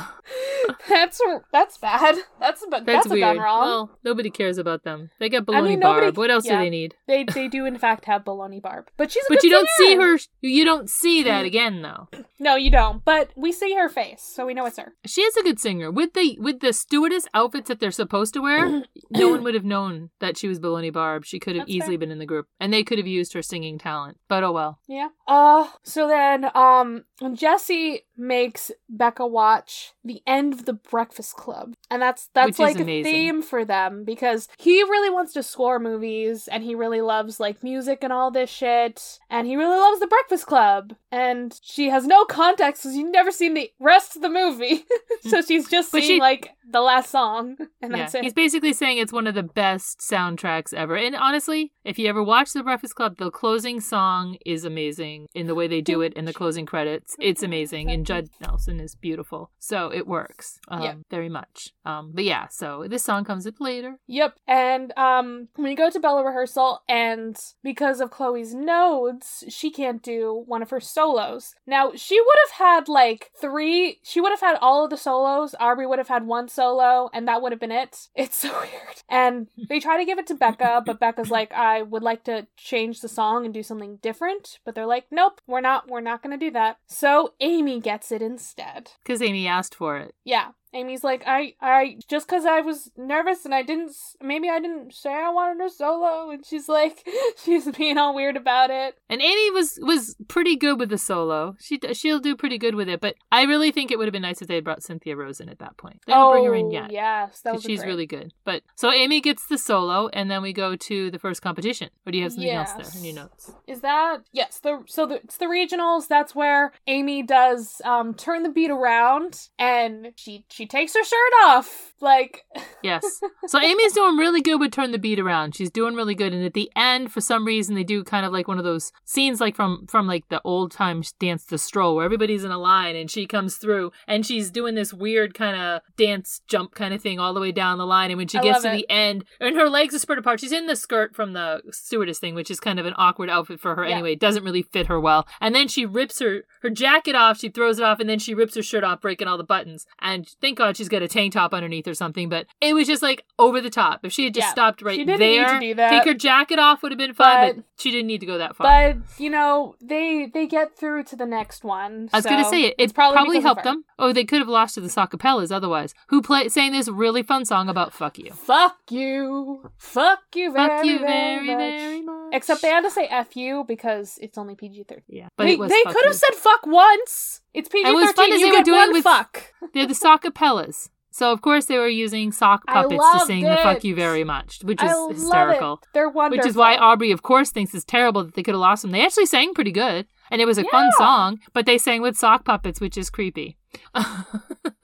that's that's bad. That's but that's,
That's,
a
weird.
done wrong.
Well, nobody cares about them. They got
I
baloney
mean, nobody-
barb. What else
yeah.
do they need?
they they do in fact have baloney barb, but she's a
But
good
you don't see
singer.
her. You don't see that again, though.
No, you don't. But we see her face, so we know it's her.
She is a good singer. With the with the stewardess outfits that they're supposed to wear, no one would have known that she was baloney barb. She could have
That's
easily been in the group, and they could have used her singing talent. But oh well.
Yeah. Uh so then um Jesse makes Becca watch the end of the Breakfast Club. And that's that's
Which is
like a
amazing.
theme for them because he really wants to score movies and he really loves like music and all this shit. And he really loves the Breakfast Club. And she has no context because you've never seen the rest of the movie. so she's just
But
seeing
she-
like the last song and
Yeah.
that's it.
He's basically saying it's one of the best soundtracks ever. And honestly, if you ever watch The Breakfast Club, the closing song is amazing in the way they do it in the closing credits. It's amazing. And Judd Nelson is beautiful. So it works um,
Yeah.
very much. Um, but yeah, so this song comes up later.
Yep. And um we go to Bella rehearsal and because of Chloe's nodes, she can't do one of her solos. Now, she would have had like three she would have had all of the solos. Arby would have had one solo and that would have been it. It's so weird. And they try to give it to Becca, but Becca's like, I would like to change the song and do something different. But they're like, Nope, we're not we're not gonna do that. So Amy gets it instead.
Because Amy asked for it.
Yeah. Amy's like, I, I, just because I was nervous and I didn't, s- maybe I didn't say I wanted her solo. And she's like, she's being all weird about it.
And Amy was was pretty good with the solo. She d- she'll do pretty good with it. But I really think it would have been nice if they had brought Cynthia Rose in at that point. They didn't bring her in yet.
Oh, Yes. That
'cause
was
She's really good. But so Amy gets the solo, and then we go to the first competition. Or do you have something else
Yes.
there in your notes?
Is that, yes. The, so the, it's the regionals. That's where Amy does, um, turn the beat around and she, she takes her shirt off. Like,
Yes. So Amy's doing really good with turn the beat around. She's doing really good, and at the end, for some reason, they do kind of like one of those scenes, like from from like the old time dance the stroll, where everybody's in a line, and she comes through, and she's doing this weird kind of dance jump kind of thing all the way down the line, and when she
I
gets
love
to the end, and her legs are spread apart. She's in the skirt from the stewardess thing, which is kind of an awkward outfit for her
Yeah.
anyway. It doesn't really fit her well, and then she rips her her jacket off. She throws it off, and then she rips her shirt off, breaking all the buttons. And thank God she's got a tank top underneath or something. But it was just like over the top. If she had just
Yeah.
stopped right
She didn't need
there,
to do that.
take her jacket off would have been fine. But, she didn't need to go that far.
but, you know, they, they get through to the next one.
I was
so
gonna say it.
it's
It
probably
probably,
because of
helped
her.
them. Oh, they could have lost to the Sacapellas otherwise. Who play sang this really fun song about "fuck you"?
Fuck you. Fuck you very,
fuck you
very, much.
much.
Except they had to say F you because it's only PG 13.
yeah, but
They,
it was
they
fuck
could have
you.
said fuck once. It's PG
And what's
13.
fun is
You
they were
get
doing
one
with-
fuck.
They're the Sacapellas. So of course they were using sock
I
puppets to
loved
sing the "fuck
it.
you" very much, which
I
is
love
hysterical.
it. They're wonderful.
Which is why Aubrey, of course, thinks it's terrible that they could have lost them. They actually sang pretty good, and it was a fun
Yeah.
song, but they sang with sock puppets, which is creepy.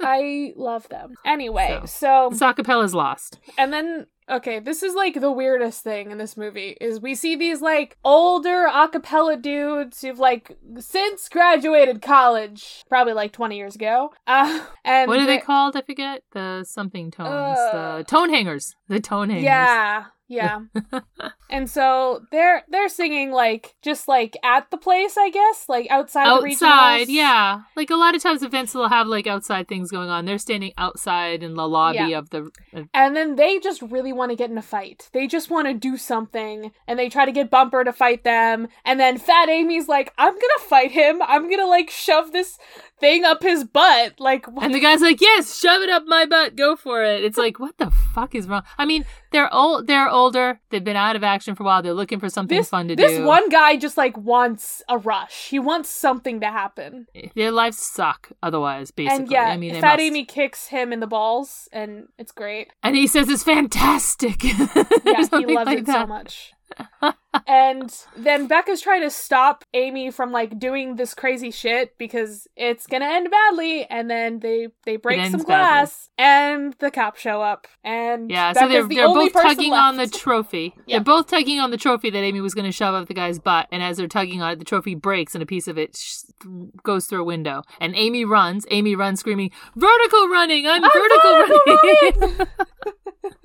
I love them. Anyway, so
Sockapella's lost.
And then okay, this is like the weirdest thing in this movie is we see these like older a cappella dudes who've like since graduated college, probably like 20 years ago. Uh, and
what are they
they-
called? I forget. The something tones.
Uh,
the tone hangers. The tone hangers.
Yeah, yeah. and so they're they're singing like just like at the place, I guess, like outside
Outside,
the regionals.
yeah. Like a lot of times events will have like outside things going on. They're standing outside in the lobby
Yeah.
of the of,
And then they just really want to get in a fight. They just want to do something, and they try to get Bumper to fight them. And then Fat Amy's like, "I'm gonna fight him. I'm gonna like shove this thing up his butt." Like, what
And the guy's like, "Yes, shove it up my butt. Go for it." It's like, what the fuck is wrong? I mean, they're old. They're older. They've been out of action for a while. They're looking for something
this
fun to
this
do.
one guy just like wants a rush. He wants something to happen.
Their lives suck. Otherwise, basically.
and yeah,
I mean, they
Fat
must.
Amy kicks him in the balls, and it's great.
And he says it's fantastic. yeah,
Yeah, he loves it so much. and then Becca's trying to stop Amy from like doing this crazy shit because it's gonna end badly. And then they they break
ends
some
badly.
glass, and the cops show up. And
Yeah, so
Becca's
they're
the
they're
only
both
person
tugging on the
left.
trophy.
Yeah.
They're both tugging on the trophy that Amy was going to shove up the guy's butt, and as they're tugging on it, the trophy breaks and a piece of it sh- th- goes through a window. And Amy runs. Amy runs, screaming, "Vertical running! I'm,
I'm
vertical,
vertical
running!"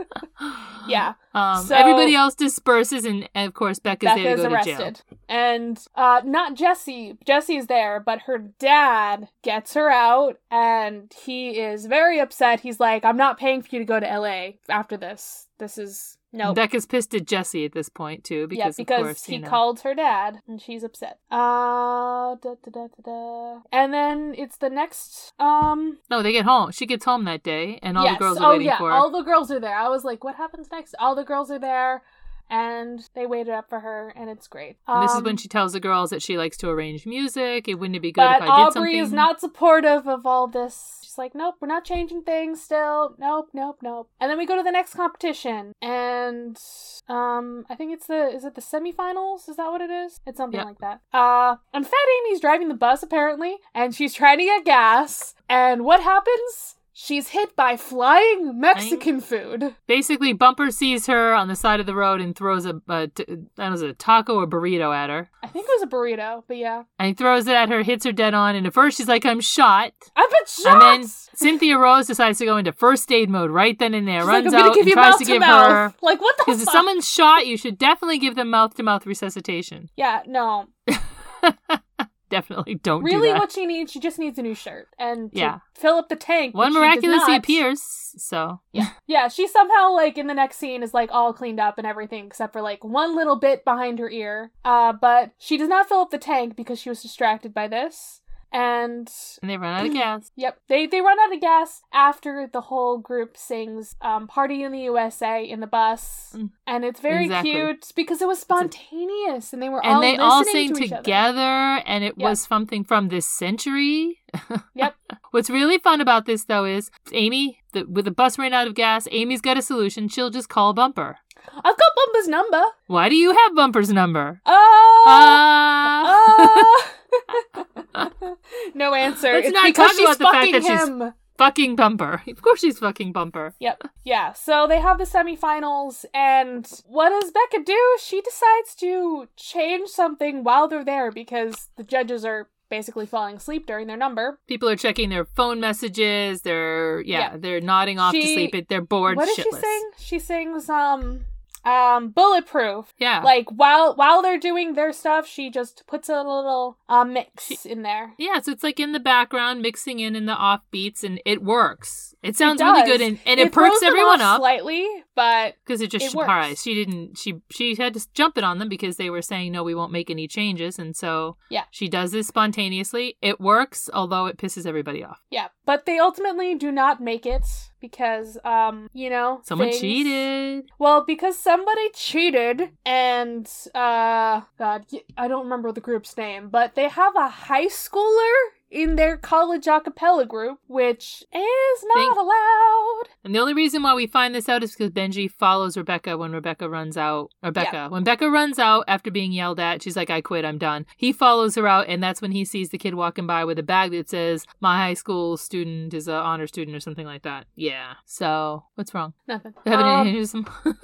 yeah.
Um,
So-
everybody else disperses, and, and of course Becca's
Becca
there to
is
go
arrested.
to jail.
And uh not Jesse. Jesse's there, but her dad gets her out and he is very upset. He's like, I'm not paying for you to go to LA after this. This is no
Becca's pissed at Jesse at this point too, because
yeah, because
of course
he
you know.
called her dad, and she's upset. Uh, da, da, da, da, da. and then it's the next um.
no, they get home. She gets home that day, and all
yes.
the girls are
oh
waiting
yeah,
for her.
all the girls are there. I was like, what happens next? All the girls are there, and they waited up for her, and it's great.
and this is
Um,
when she tells the girls that she likes to arrange music. It wouldn't it be good
But
if I did
Aubrey
something?
is not supportive of all this. She's like, nope, we're not changing things still. Nope, nope, nope. And then we go to the next competition, and um, I think it's the is it the semifinals? Is that what it is? It's something
Yeah.
like that. Uh, and Fat Amy's driving the bus apparently, and she's trying to get gas. And what happens? She's hit by flying Mexican food.
Basically, Bumper sees her on the side of the road and throws a, a t- that was a taco or burrito at her.
I think it was a burrito, but yeah.
And he throws it at her, hits her dead on, and at first she's like, I'm shot.
I've been shot!
And then Cynthia Rose decides to go into first aid mode right then and there,
She's
runs
like, I'm gonna
out
give
and
you
tries
mouth
to
to,
give
mouth.
her.
Like, what the
Because
fuck?
if someone's shot, you should definitely give them mouth to mouth resuscitation.
yeah, no.
Definitely don't do
Really,
that.
what she needs, she just needs a new shirt. And to
Yeah.
fill up the tank.
One
which she does
miraculously
not.
appears, so. Yeah.
Yeah, she somehow like in the next scene is like all cleaned up and everything except for like one little bit behind her ear. Uh, but she does not fill up the tank because she was distracted by this. And
And they run out of gas.
yep, they they run out of gas after the whole group sings um, "Party in the USA" in the bus,
Mm.
and it's very
Exactly.
cute because it was spontaneous and they were
and
all
they all
listening
sing
to each other.
together and it
Yeah.
was something from this century
Yep.
what's really fun about this though is amy the, with the bus ran out of gas amy's got a solution she'll just call bumper
I've got Bumba's number.
why do you have bumper's number
Oh.
Uh, Ah!
no answer.
Let's
it's
not
because
talk
she's
about the fact
fucking
that she's-
him.
fucking bumper of course she's fucking bumper
Yep. Yeah. So they have the semifinals, and what does Becca do? She decides to change something while they're there because the judges are basically falling asleep during their number.
people are checking their phone messages they're yeah,
Yeah.
they're nodding off to
She-
sleep it- they're bored
what does
shitless
she sing? She sings um um bulletproof.
yeah
Like while while they're doing their stuff, she just puts a little uh, mix in there.
Yeah, so it's like in the background, mixing in in the off beats, and it works. It sounds really
does.
good, and, and it,
throws
perks
them
everyone
off
up
slightly, but
because it just
It
she-
works.
surprised. She didn't. She she had to jump it on them because they were saying no, we won't make any changes, and so
Yeah.
she does this spontaneously. It works, although it pisses everybody off.
yeah. But they ultimately do not make it because um you know
Someone
things-
cheated.
Well, because somebody cheated, and uh, God, y- I don't remember the group's name, but they have a high schooler in their college a cappella group, which is not
Thank-
allowed.
And the only reason why we find this out is because Benji follows Rebecca when Rebecca runs out. Rebecca, when Becca runs out after being yelled at, she's like, I quit, I'm done. He follows her out, and that's when he sees the kid walking by with a bag that says, My high school student is an honor student or something like that. Yeah. So, what's wrong?
Nothing.
You having
Um,
an aneurysm?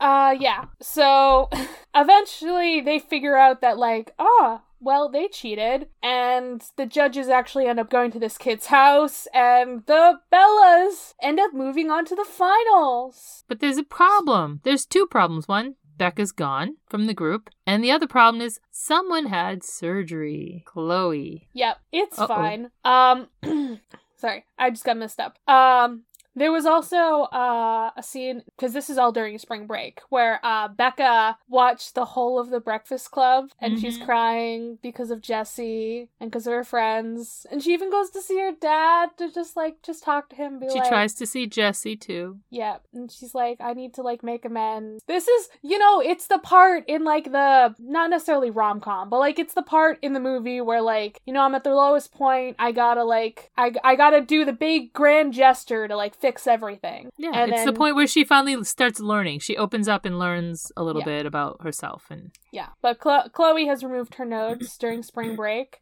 Uh, yeah. So eventually they figure out that, like, ah, well, they cheated. And the judges actually end up going to this kid's house, and the Bellas end up moving on to the finals.
but there's a problem. There's two problems. One, Becca's gone from the group, and the other problem is someone had surgery. Chloe.
Yep, it's
Uh-oh.
fine. Um sorry, I just got messed up. Um there was also uh, a scene because this is all during spring break where uh, Becca watched the whole of The Breakfast Club and she's
Mhm.
crying because of Jesse and because of her friends and she even goes to see her dad to just like just talk to him. Be
She
like,
tries to see Jesse too.
yeah, and she's like, I need to like make amends. This is, you know, it's the part in like the not necessarily rom com, but like it's the part in the movie where like, you know, I'm at the lowest point. I gotta like, I I gotta do the big grand gesture to like fix everything.
Yeah,
And
it's the
then-
point where she finally starts learning. She opens up and learns a little
Yeah.
bit about herself, and
Yeah, but Chlo- Chloe has removed her notes during spring break,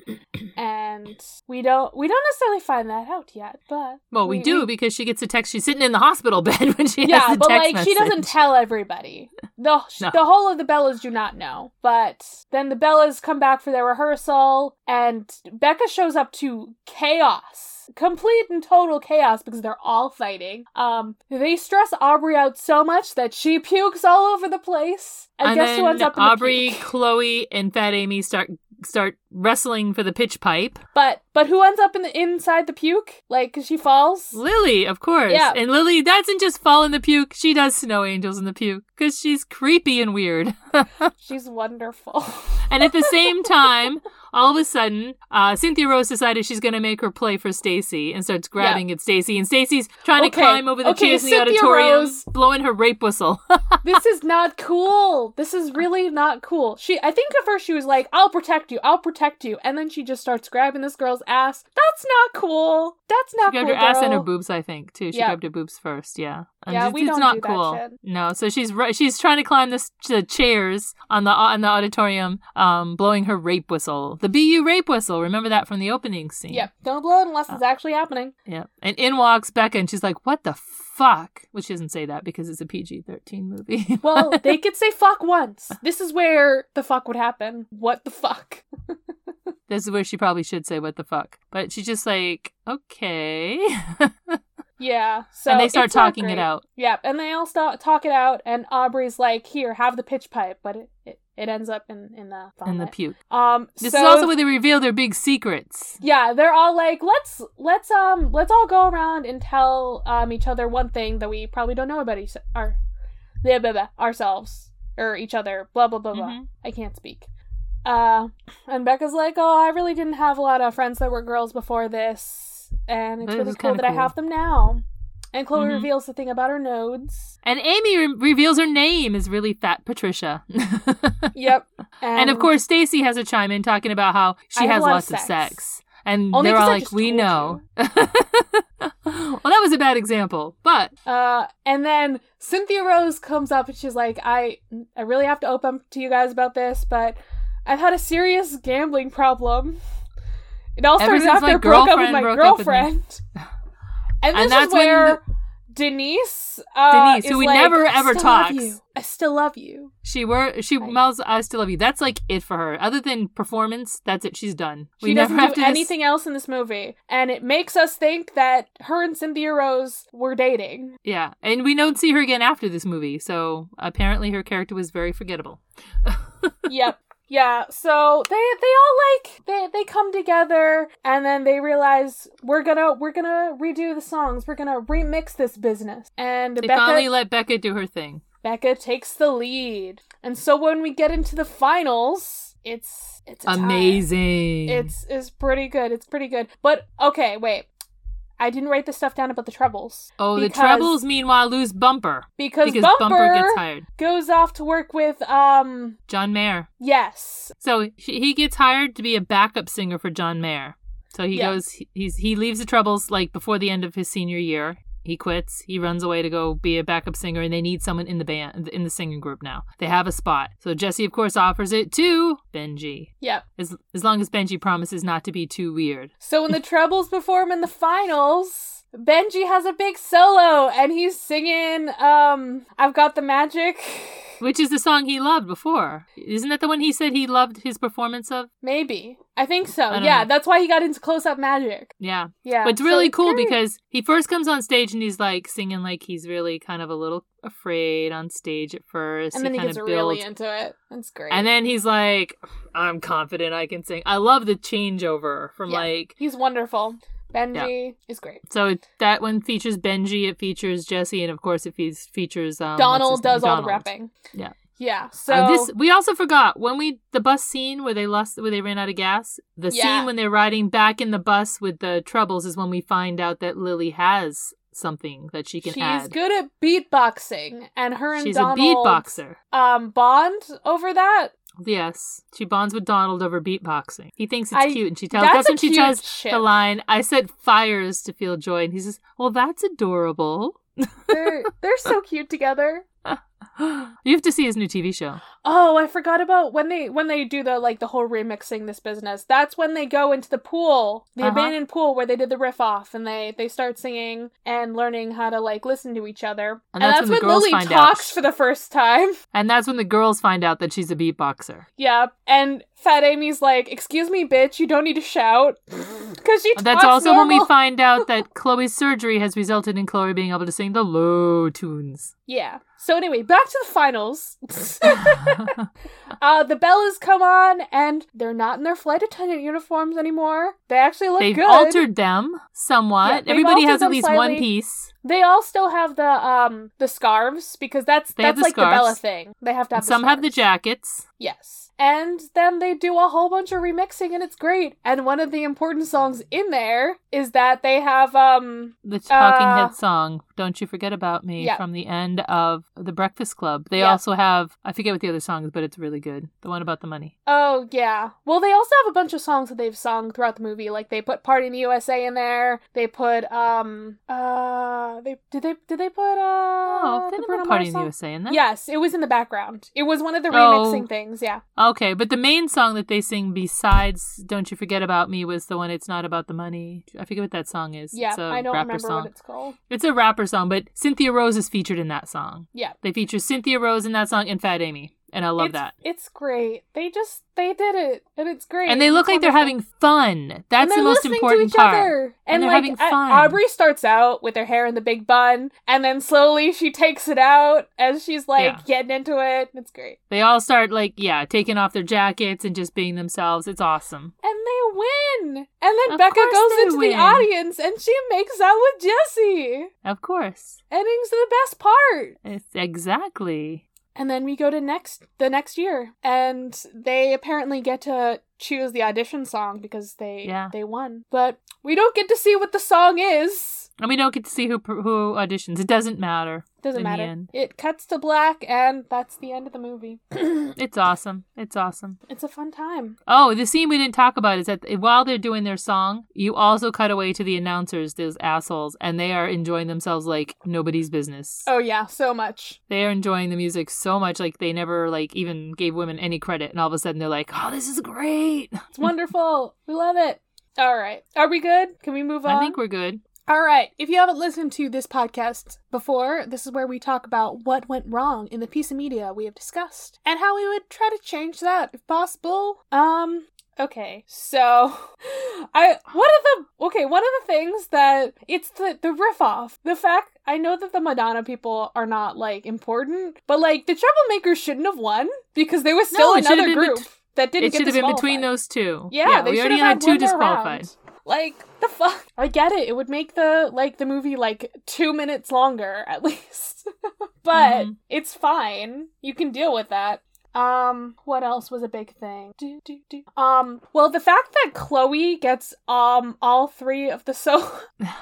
and we don't we don't necessarily find that out yet. But
well, we,
We-
do
we-
because she gets a text. She's sitting in the hospital bed when she
Mm-hmm. yeah,
has the
but
text
like she doesn't
message.
tell everybody. The
No.
the whole of the Bellas do not know. But then the Bellas come back for their rehearsal, and Becca shows up to chaos, complete and total chaos because they're all fighting. Um, they stress Aubrey out so much that she pukes all over the place. And,
and
guess
then
who ends up in the
Aubrey,
puke?
Chloe, and Fat Amy start start wrestling for the pitch pipe.
But but who ends up in the inside the puke? Like 'cause she falls.
Lily, of course,
Yeah.
and Lily doesn't just fall in the puke. She does snow angels in the puke because she's creepy and weird.
She's wonderful.
And at the same time, all of a sudden, uh, Cynthia Rose decided she's going to make her play for Stacy and starts grabbing at Stacy. And Stacy's trying to
Okay.
climb over the
Okay,
chairs in the
Cynthia
auditorium,
Rose.
blowing her rape whistle.
this is not cool. This is really not cool. She I think at first she was like, I'll protect you, I'll protect you. And then she just starts grabbing this girl's ass. That that's not cool. That's not
She
cool.
grabbed her ass and her
Oh, girl."
boobs, I think, too. She
Yeah.
grabbed her boobs first, yeah. And
Yeah,
it's,
we
it's
don't
not
do that
cool.
shit.
No, so she's ri- she's trying to climb this, the chairs on the on the auditorium, um, blowing her rape whistle, the BU rape whistle. Remember that from the opening scene.
Yep. Don't blow it unless
Oh.
it's actually happening.
Yeah. And in walks Becca, and she's like, "What the fuck?" Well, she doesn't say that because it's a PG thirteen movie.
Well, they could say fuck once. This is where the fuck would happen. What the fuck?
this is where she probably should say "What the fuck," but she's just like, "Okay,"
Yeah. So
and they start
it's not
talking it
great.
out.
Yep. And they all start talk it out, and Aubrey's like, "Here, have the pitch pipe," but it it, it ends up in in the
And the
vomit.
puke.
um.
This
so
is also where they reveal their big secrets.
yeah, they're all like, "Let's let's um let's all go around and tell um each other one thing that we probably don't know about each our blah, blah, blah, ourselves or each other." Blah blah blah blah.
Mhm.
I can't speak. Uh, and Becca's like, oh, I really didn't have a lot of friends that were girls before this, and it's
This
really
is
cool
kinda
that I
cool."
have them now. And Chloe
Mhm.
reveals the thing about her nodes.
And Amy re- reveals her name is really Fat Patricia. and,
Yep. And,
of course, Stacy has a chime in talking about how
I
she has
have a lot of
lots of
sex.
sex. And
Only
they're
'cause
all
I
like,
just
we
told
know. well, that was a bad example, but
uh, and then Cynthia Rose comes up and she's like, I, I really have to open up to you guys about this, but I've had a serious gambling problem. It all
Ever
started
since
after
my
I broke up with
girlfriend
my
broke up with me.
girlfriend. and this
And that's
is
when
where Denise, uh,
Denise, who
is
we
like,
never
"I
ever
still love
talks.
you. I still love you.
she were she
Right.
mouths I still love you. That's like it for her. Other than performance, that's it. She's done.
She doesn't do
dis-
anything else in this movie, and it makes us think that her and Cynthia Rose were dating.
Yeah, and we don't see her again after this movie. So apparently, her character was very forgettable.
yep. Yeah, so they they all like they they come together and then they realize we're gonna we're gonna redo the songs we're gonna remix this business and
They
Becca
finally let Becca do her thing.
Becca takes the lead and so when we get into the finals it's it's a tie.
Amazing.
It's it's pretty good. It's pretty good. But okay, wait. I didn't write this stuff down about the trebles.
oh, the
because-
trebles. Meanwhile, lose Bumper
Because,
because
Bumper,
Bumper, gets hired.
goes off to work with um
John Mayer.
yes.
So he he gets hired to be a backup singer for John Mayer. So he
Yeah.
goes. He's he leaves the trebles like before the end of his senior year. He quits. He runs away to go be a backup singer, and they need someone in the band in the singing group now. They have a spot. So Jesse, of course, offers it to Benji.
Yep.
As as long as Benji promises not to be too weird.
So when the trebles perform in the finals, Benji has a big solo and he's singing um I've got the magic.
Which is the song he loved before. Isn't that the one he said he loved his performance of?
Maybe. I think so.
I don't
yeah,
know.
that's why he got into close up magic.
Yeah.
Yeah.
But it's
so
really cool
great.
because he first comes on stage and he's like singing like he's really kind of a little afraid on stage at first.
and then he
kind
gets
of
really
builds-
into it. That's great.
and then he's like, I'm confident I can sing. I love the changeover from
Yeah.
like
he's wonderful. Benji is great.
so it, that one features Benji, it features Jesse, and of course it fe- features um, what's
Donald
his name?
does all
Donald.
the rapping.
Yeah.
Yeah. So
Uh, this we also forgot when we the bus scene where they lost where they ran out of gas. The
Yeah.
scene when they're riding back in the bus with the troubles is when we find out that Lily has something that she can
she's
add.
good at beatboxing, and her and
She's
Donald
a beatboxer.
um bond over that.
Yes, she bonds with Donald over beatboxing. He thinks it's
I-
cute, and she tells. That's,
that's a
when she
cute
tells
ship.
the line, "I set fires to feel joy," and he says, "Well, that's adorable."
They're they're so cute together.
you have to see his new TV show.
Oh, I forgot about when they when they do the like the whole remixing this business. That's when they go into the pool, the
Uh-huh.
abandoned pool where they did the riff off, and they they start singing and learning how to like listen to each other.
And that's when the girls
Lily
find out.
talks for the first time.
And that's when the girls find out that she's a beatboxer.
Yeah, and Fat Amy's like, "Excuse me, bitch, you don't need to shout," because she.
That's
talks
also when we
normal.
find out that Chloe's surgery has resulted in Chloe being able to sing the low tunes.
Yeah. So anyway, back to the finals. uh, the Bellas come on, and they're not in their flight attendant uniforms anymore. They actually look
they've
good.
altered them somewhat.
Yeah, they've
Everybody
altered
has at
them
least one
slightly.
piece.
They all still have the um the scarves because that's
They have
that's
the
like the Bella
scarves.
thing. They have to have
And some have the
scarves.
jackets.
Yes. And then they do a whole bunch of remixing and it's great. And one of the important songs in there is that they have um
The Talking
Uh,
Head song, Don't You Forget About Me,
yeah.
from the end of The Breakfast Club. They
Yeah.
also have, I forget what the other song is, but it's really good. The one about the money.
oh yeah. Well they also have a bunch of songs that they've sung throughout the movie. Like they put Party in the USA in there. They put um uh they did they did they put uh
Oh, they
the
never
Bruno
Party
Mars
in the
song?
USA in that.
Yes, it was in the background. It was one of the
Oh.
remixing things, yeah.
Okay, but the main song that they sing besides Don't You Forget About Me was the one It's Not About the Money. I forget what that song is.
Yeah,
it's a
I don't
rapper
remember
song.
what it's called.
It's a rapper song, but Cynthia Rose is featured in that song.
Yeah.
They feature Cynthia Rose in that song and Fat Amy, and I love
it's,
that.
It's great. They just they did it and it's great.
And they look
It's
like they're
wonderful.
having fun. That's
and they're
the most
listening
important
to each
part.
Other.
And they're
like,
having
A-
fun.
Aubrey starts out with her hair in the big bun, and then slowly she takes it out as she's like
Yeah.
getting into it. It's great,
They all start like, yeah, taking off their jackets and just being themselves. It's awesome.
and they win. And then
Of
Becca
course
goes
they
into the
win.
audience, and she makes out with Jesse.
Of course.
And it's the best part.
It's exactly.
And then we go to next the next year, and they apparently get to choose the audition song because they
Yeah.
they won. But we don't get to see what the song is.
And we don't get to see who who auditions. It doesn't matter.
Doesn't
In the
matter.
end.
It cuts to black, and that's the end of the movie.
It's awesome. It's awesome.
It's a fun time.
Oh, the scene we didn't talk about is that while they're doing their song, you also cut away to the announcers, those assholes, and they are enjoying themselves like nobody's business.
Oh yeah, so much.
They are enjoying the music so much, like they never like even gave women any credit, and all of a sudden they're like, "Oh, this is great."
It's wonderful. we love it. All right. Are we good? Can we move on?
I think we're good.
All right. If you haven't listened to this podcast before, this is where we talk about what went wrong in the piece of media we have discussed and how we would try to change that if possible. Um okay. So I one of the okay, one of the things that it's the the riff off. The fact I know that the Madonna people are not like important, but like the troublemakers shouldn't have won because they were still
it should have
another
been bet-
group that didn't
it
get
should have been between
disqualified.
those two.
Yeah, they
we
should
already
have
had
had
two
one more
disqualified.
round. Like the fuck. I get it. It would make the like the movie like two minutes longer at least, but
Mhm.
it's fine. You can deal with that. Um, what else was a big thing? Do, do, do. Um, well, the fact that Chloe gets um all three of the so.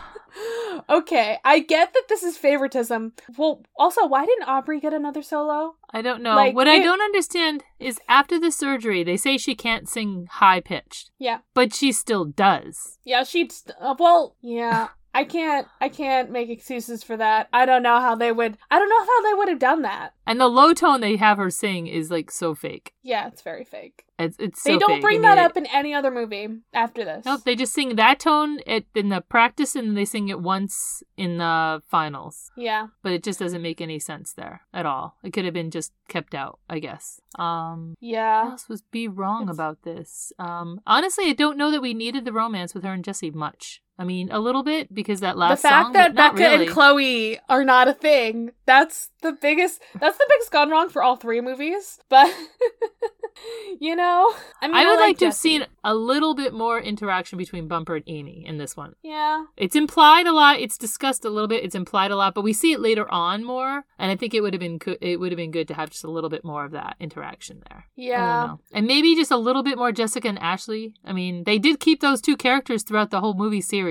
okay, I get that this is favoritism. Well, also, why didn't Aubrey get another solo?
I don't know.
Like,
what
it-
I don't understand is after the surgery, they say she can't sing high pitched,
Yeah,
but she still does.
Yeah, she'd. St- uh, well, yeah. I can't. I can't make excuses for that. I don't know how they would. I don't know how they would have done that.
And the low tone they have her sing is like so fake.
Yeah, it's very fake.
It's, it's
they
so
don't
fake.
bring
I
that
mean,
up in any other movie after this.
Nope, they just sing that tone at, in the practice and they sing it once in the finals.
yeah.
But it just doesn't make any sense there at all. It could have been just kept out, I guess. Um, what
Yeah.
else was be wrong
It's-
about this? Um, honestly, I don't know that we needed the romance with her and Jesse much. I mean, a little bit because that
The
last
fact
song,
that
but not
Becca
really.
and Chloe are not a thing, that's the biggest that's the biggest gone wrong for all three movies. But you know, I mean
I would like, to have
Jesse.
seen a little bit more interaction between Bumper and Amy in this one.
Yeah.
It's implied a lot. It's discussed a little bit. It's implied a lot, but we see it later on more, and I think it would have been co- it would have been good to have just a little bit more of that interaction there. I don't
Yeah.
know. And maybe just a little bit more Jessica and Ashley. I mean, they did keep those two characters throughout the whole movie series.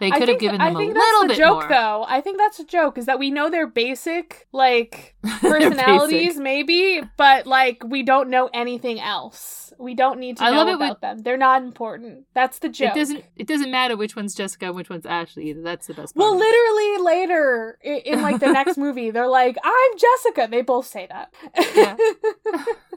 They could have
think-
given
I
them a
think
little
that's the
bit
joke,
more.
though. I think that's a joke. Is that we know their basic like personalities,
Basic.
maybe, but like we don't know anything else. We don't need to
I
know
love it
about
with-
them. They're not important. That's the joke.
It doesn't it doesn't matter which one's Jessica and which one's Ashley either. That's the best part.
Well, literally later i- in like the next movie, they're like, "I'm Jessica." They both say that.
Yeah.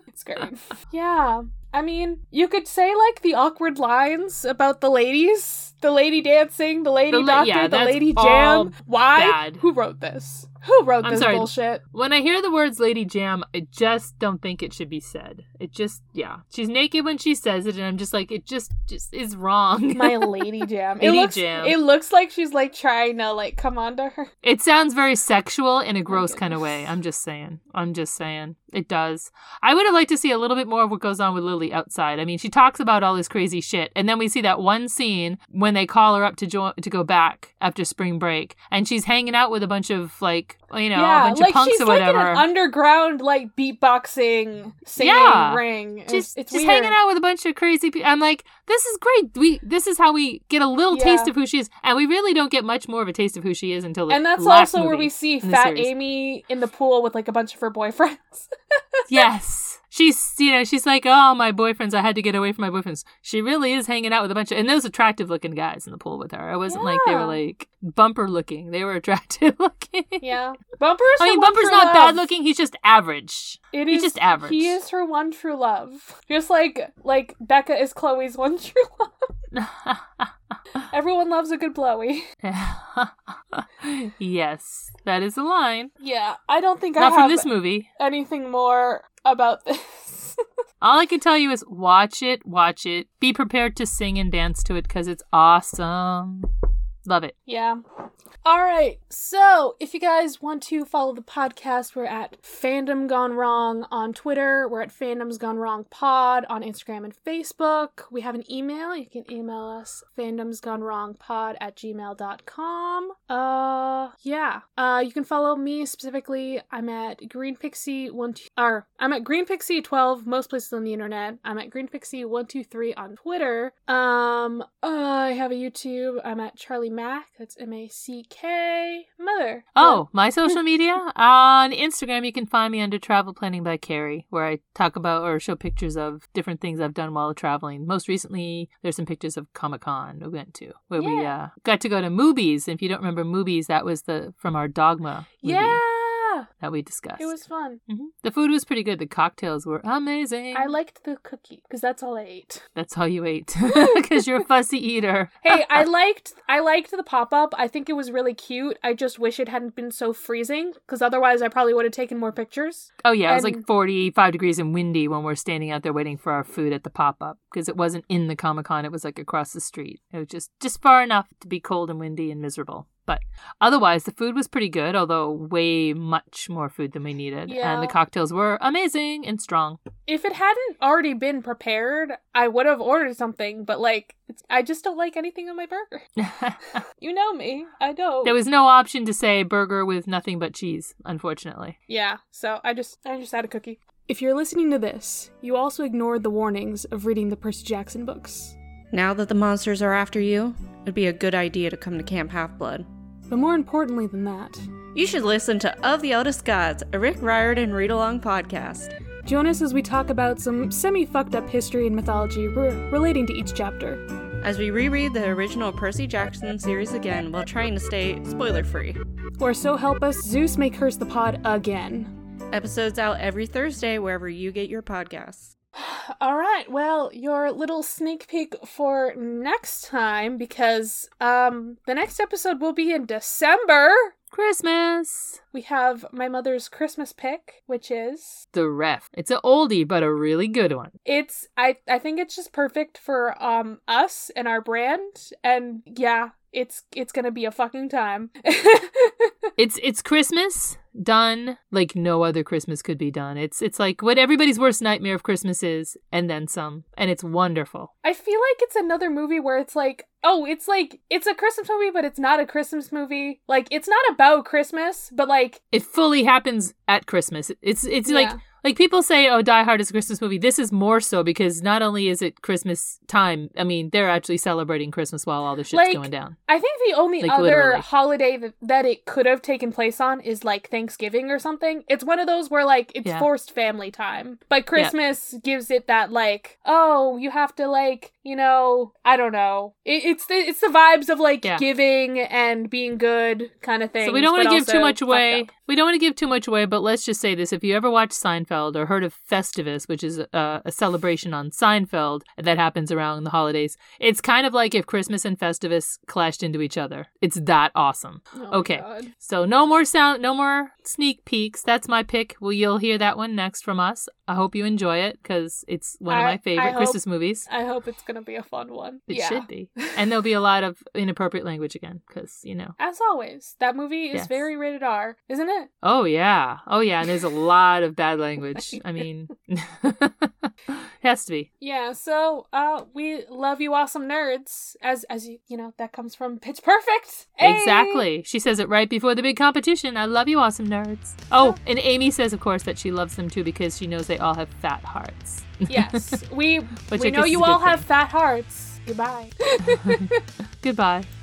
it's great. Yeah. I mean, you could say like the awkward lines about the ladies, the lady dancing, the lady
la-
doctor,
yeah,
the
that's
lady
all
jam. Why?
bad.
Who wrote this? Who wrote
I'm
this
sorry.
bullshit?
When I hear the words Lady Jam, I just don't think it should be said. It just, yeah. She's naked when she says it, and I'm just like, it just, just is wrong.
My lady jam. it
Lady
looks,
jam.
It looks like she's like trying to like come onto her.
It sounds very sexual in a gross kind of
goodness.
way. I'm just saying. I'm just saying. It does. I would have liked to see a little bit more of what goes on with Lily outside. I mean, she talks about all this crazy shit, and then we see that one scene when they call her up to join to go back after spring break, and she's hanging out with a bunch of like, you know, a
yeah,
bunch
like
of punks
she's
or
like in
whatever.
an underground like beatboxing singing
Yeah.
ring. It's-
just
it's
just
weird.
hanging out with a bunch of crazy people. I'm like, this is great. We this is how we get a little
Yeah.
taste of who she is, and we really don't get much more of a taste of who she is until the
And that's
last
also where
movie.
we see
in the
Fat
series.
Amy in the pool with like a bunch of her boyfriends.
yes. She's, you know, she's like, oh, my boyfriends, I had to get away from my boyfriends. She really is hanging out with a bunch of, and those attractive looking guys in the pool with her. It wasn't like they were
Yeah.
like bumper looking. They were attractive looking.
yeah, Bumper's.
I mean,
her one
Bumper's
true
not
love.
bad looking. He's just average.
It
He's
is-
just average.
He is her one true love, just like like Becca is Chloe's one true love. Everyone loves a good blowy.
yes, that is a line.
Yeah, I don't think
Not
I have
from this movie.
anything more about this.
All I can tell you is watch it, watch it. Be prepared to sing and dance to it because it's awesome. Love it.
Yeah. All right. So, if you guys want to follow the podcast, we're at Fandom Gone Wrong on Twitter. We're at Fandoms Gone Wrong Pod on Instagram and Facebook. We have an email. You can email us fandomsgonewrongpod at gmail.com. Uh, yeah. Uh, you can follow me specifically. I'm at Green Pixie one two, or I'm at Green Pixie twelve most places on the internet. I'm at Green Pixie one two three on Twitter. Um, I have a YouTube. I'm at Charlie Mack. That's M A C K. Mother.
Oh, my social media? On Instagram, you can find me under Travel Planning by Carrie, where I talk about or show pictures of different things I've done while traveling. Most recently, there's some pictures of Comic Con we went to, where we
Yeah.
uh, got to go to movies. If you don't remember movies, that was the from our Dogma movie
yeah.
that we discussed.
It was fun.
Mhm. The food was pretty good. The cocktails were amazing.
I liked the cookie because that's all I ate.
That's all you ate because you're a fussy eater.
Hey, I liked I liked the pop up. I think it was really cute. I just wish it hadn't been so freezing because otherwise I probably would have taken more pictures.
Oh yeah, it was like
And-
45 degrees and windy when we're standing out there waiting for our food at the pop-up because it wasn't in the Comic-Con, it was like across the street. It was just just far enough to be cold and windy and miserable. But otherwise, the food was pretty good, although way much more food than we needed. And
Yeah.
the cocktails were amazing and strong.
If it hadn't already been prepared, I would have ordered something. But like, it's, I just don't like anything on my burger.
there
You know me. I don't.
was no option to say burger with nothing but cheese, unfortunately.
Yeah, so I just I just had a cookie. If you're listening to this, you also ignored the warnings of reading the Percy Jackson books.
Now that the monsters are after you, it'd be a good idea to come to Camp Half Blood.
But more importantly than that,
You should listen to Of the Eldest Gods, a Rick Riordan read along podcast.
join us as we talk about some semi fucked up history and mythology re- relating to each chapter.
As we reread the original Percy Jackson series again while trying to stay spoiler free.
Or so help us, Zeus may curse the pod again.
Episodes out every Thursday wherever you get your podcasts.
All right, well, your little sneak peek for next time because um the next episode will be in December.
Christmas.
We have my mother's Christmas pick, which is
The ref. It's an oldie but a really good one.
it's I I think it's just perfect for um us and our brand and yeah, it's it's going to be a fucking time.
It's it's Christmas done like no other Christmas could be done. It's it's like what everybody's worst nightmare of Christmas is, and then some, and it's wonderful.
I feel like it's another movie where it's like, oh, it's like it's a Christmas movie, but it's not a Christmas movie. Like it's not about Christmas, but like
It fully happens at Christmas. It's it's like
yeah.
like people say, oh, Die Hard is a Christmas movie. This is more so because not only is it Christmas time, I mean they're actually celebrating Christmas while all the shit's
Like-
going down.
I think the only
Like,
other
literally.
holiday that, that it could have taken place on is like Thanksgiving or something. It's one of those where like it's
Yeah.
forced family time. But Christmas gives it that like, oh, you have to like you know, I don't know. It, it's the it's the vibes of like
Yeah.
giving and being good kind of thing.
So we don't want to give too much away.
Up.
We don't want to give too much away, but let's just say this: if you ever watched Seinfeld or heard of Festivus, which is uh, a, a celebration on Seinfeld that happens around the holidays, it's kind of like if Christmas and Festivus clashed into each other. It's that awesome.
Oh my
Okay.
God.
So no more sound, no more sneak peeks. That's my pick. Well, you'll hear that one next from us. I hope you enjoy it because it's one of
I-
my
I
favorite
hope-
Christmas movies.
I hope it's gonna be a fun one.
It
yeah.
should be, and there'll be a lot of inappropriate language again because you know.
As always, that movie is
Yes.
very rated R, isn't it?
Oh yeah. Oh yeah, and there's a lot of bad language. I mean has to be.
Yeah, so uh we love you awesome nerds as as you you know that comes from Pitch Perfect. Hey!
Exactly. She says it right before the big competition. I love you awesome nerds. Oh, and Amy says of course that she loves them too because she knows they all have fat hearts.
Yes. We
Which
we
I
know
guess is
you
a
all
good
have
thing.
fat hearts. Goodbye.
Goodbye.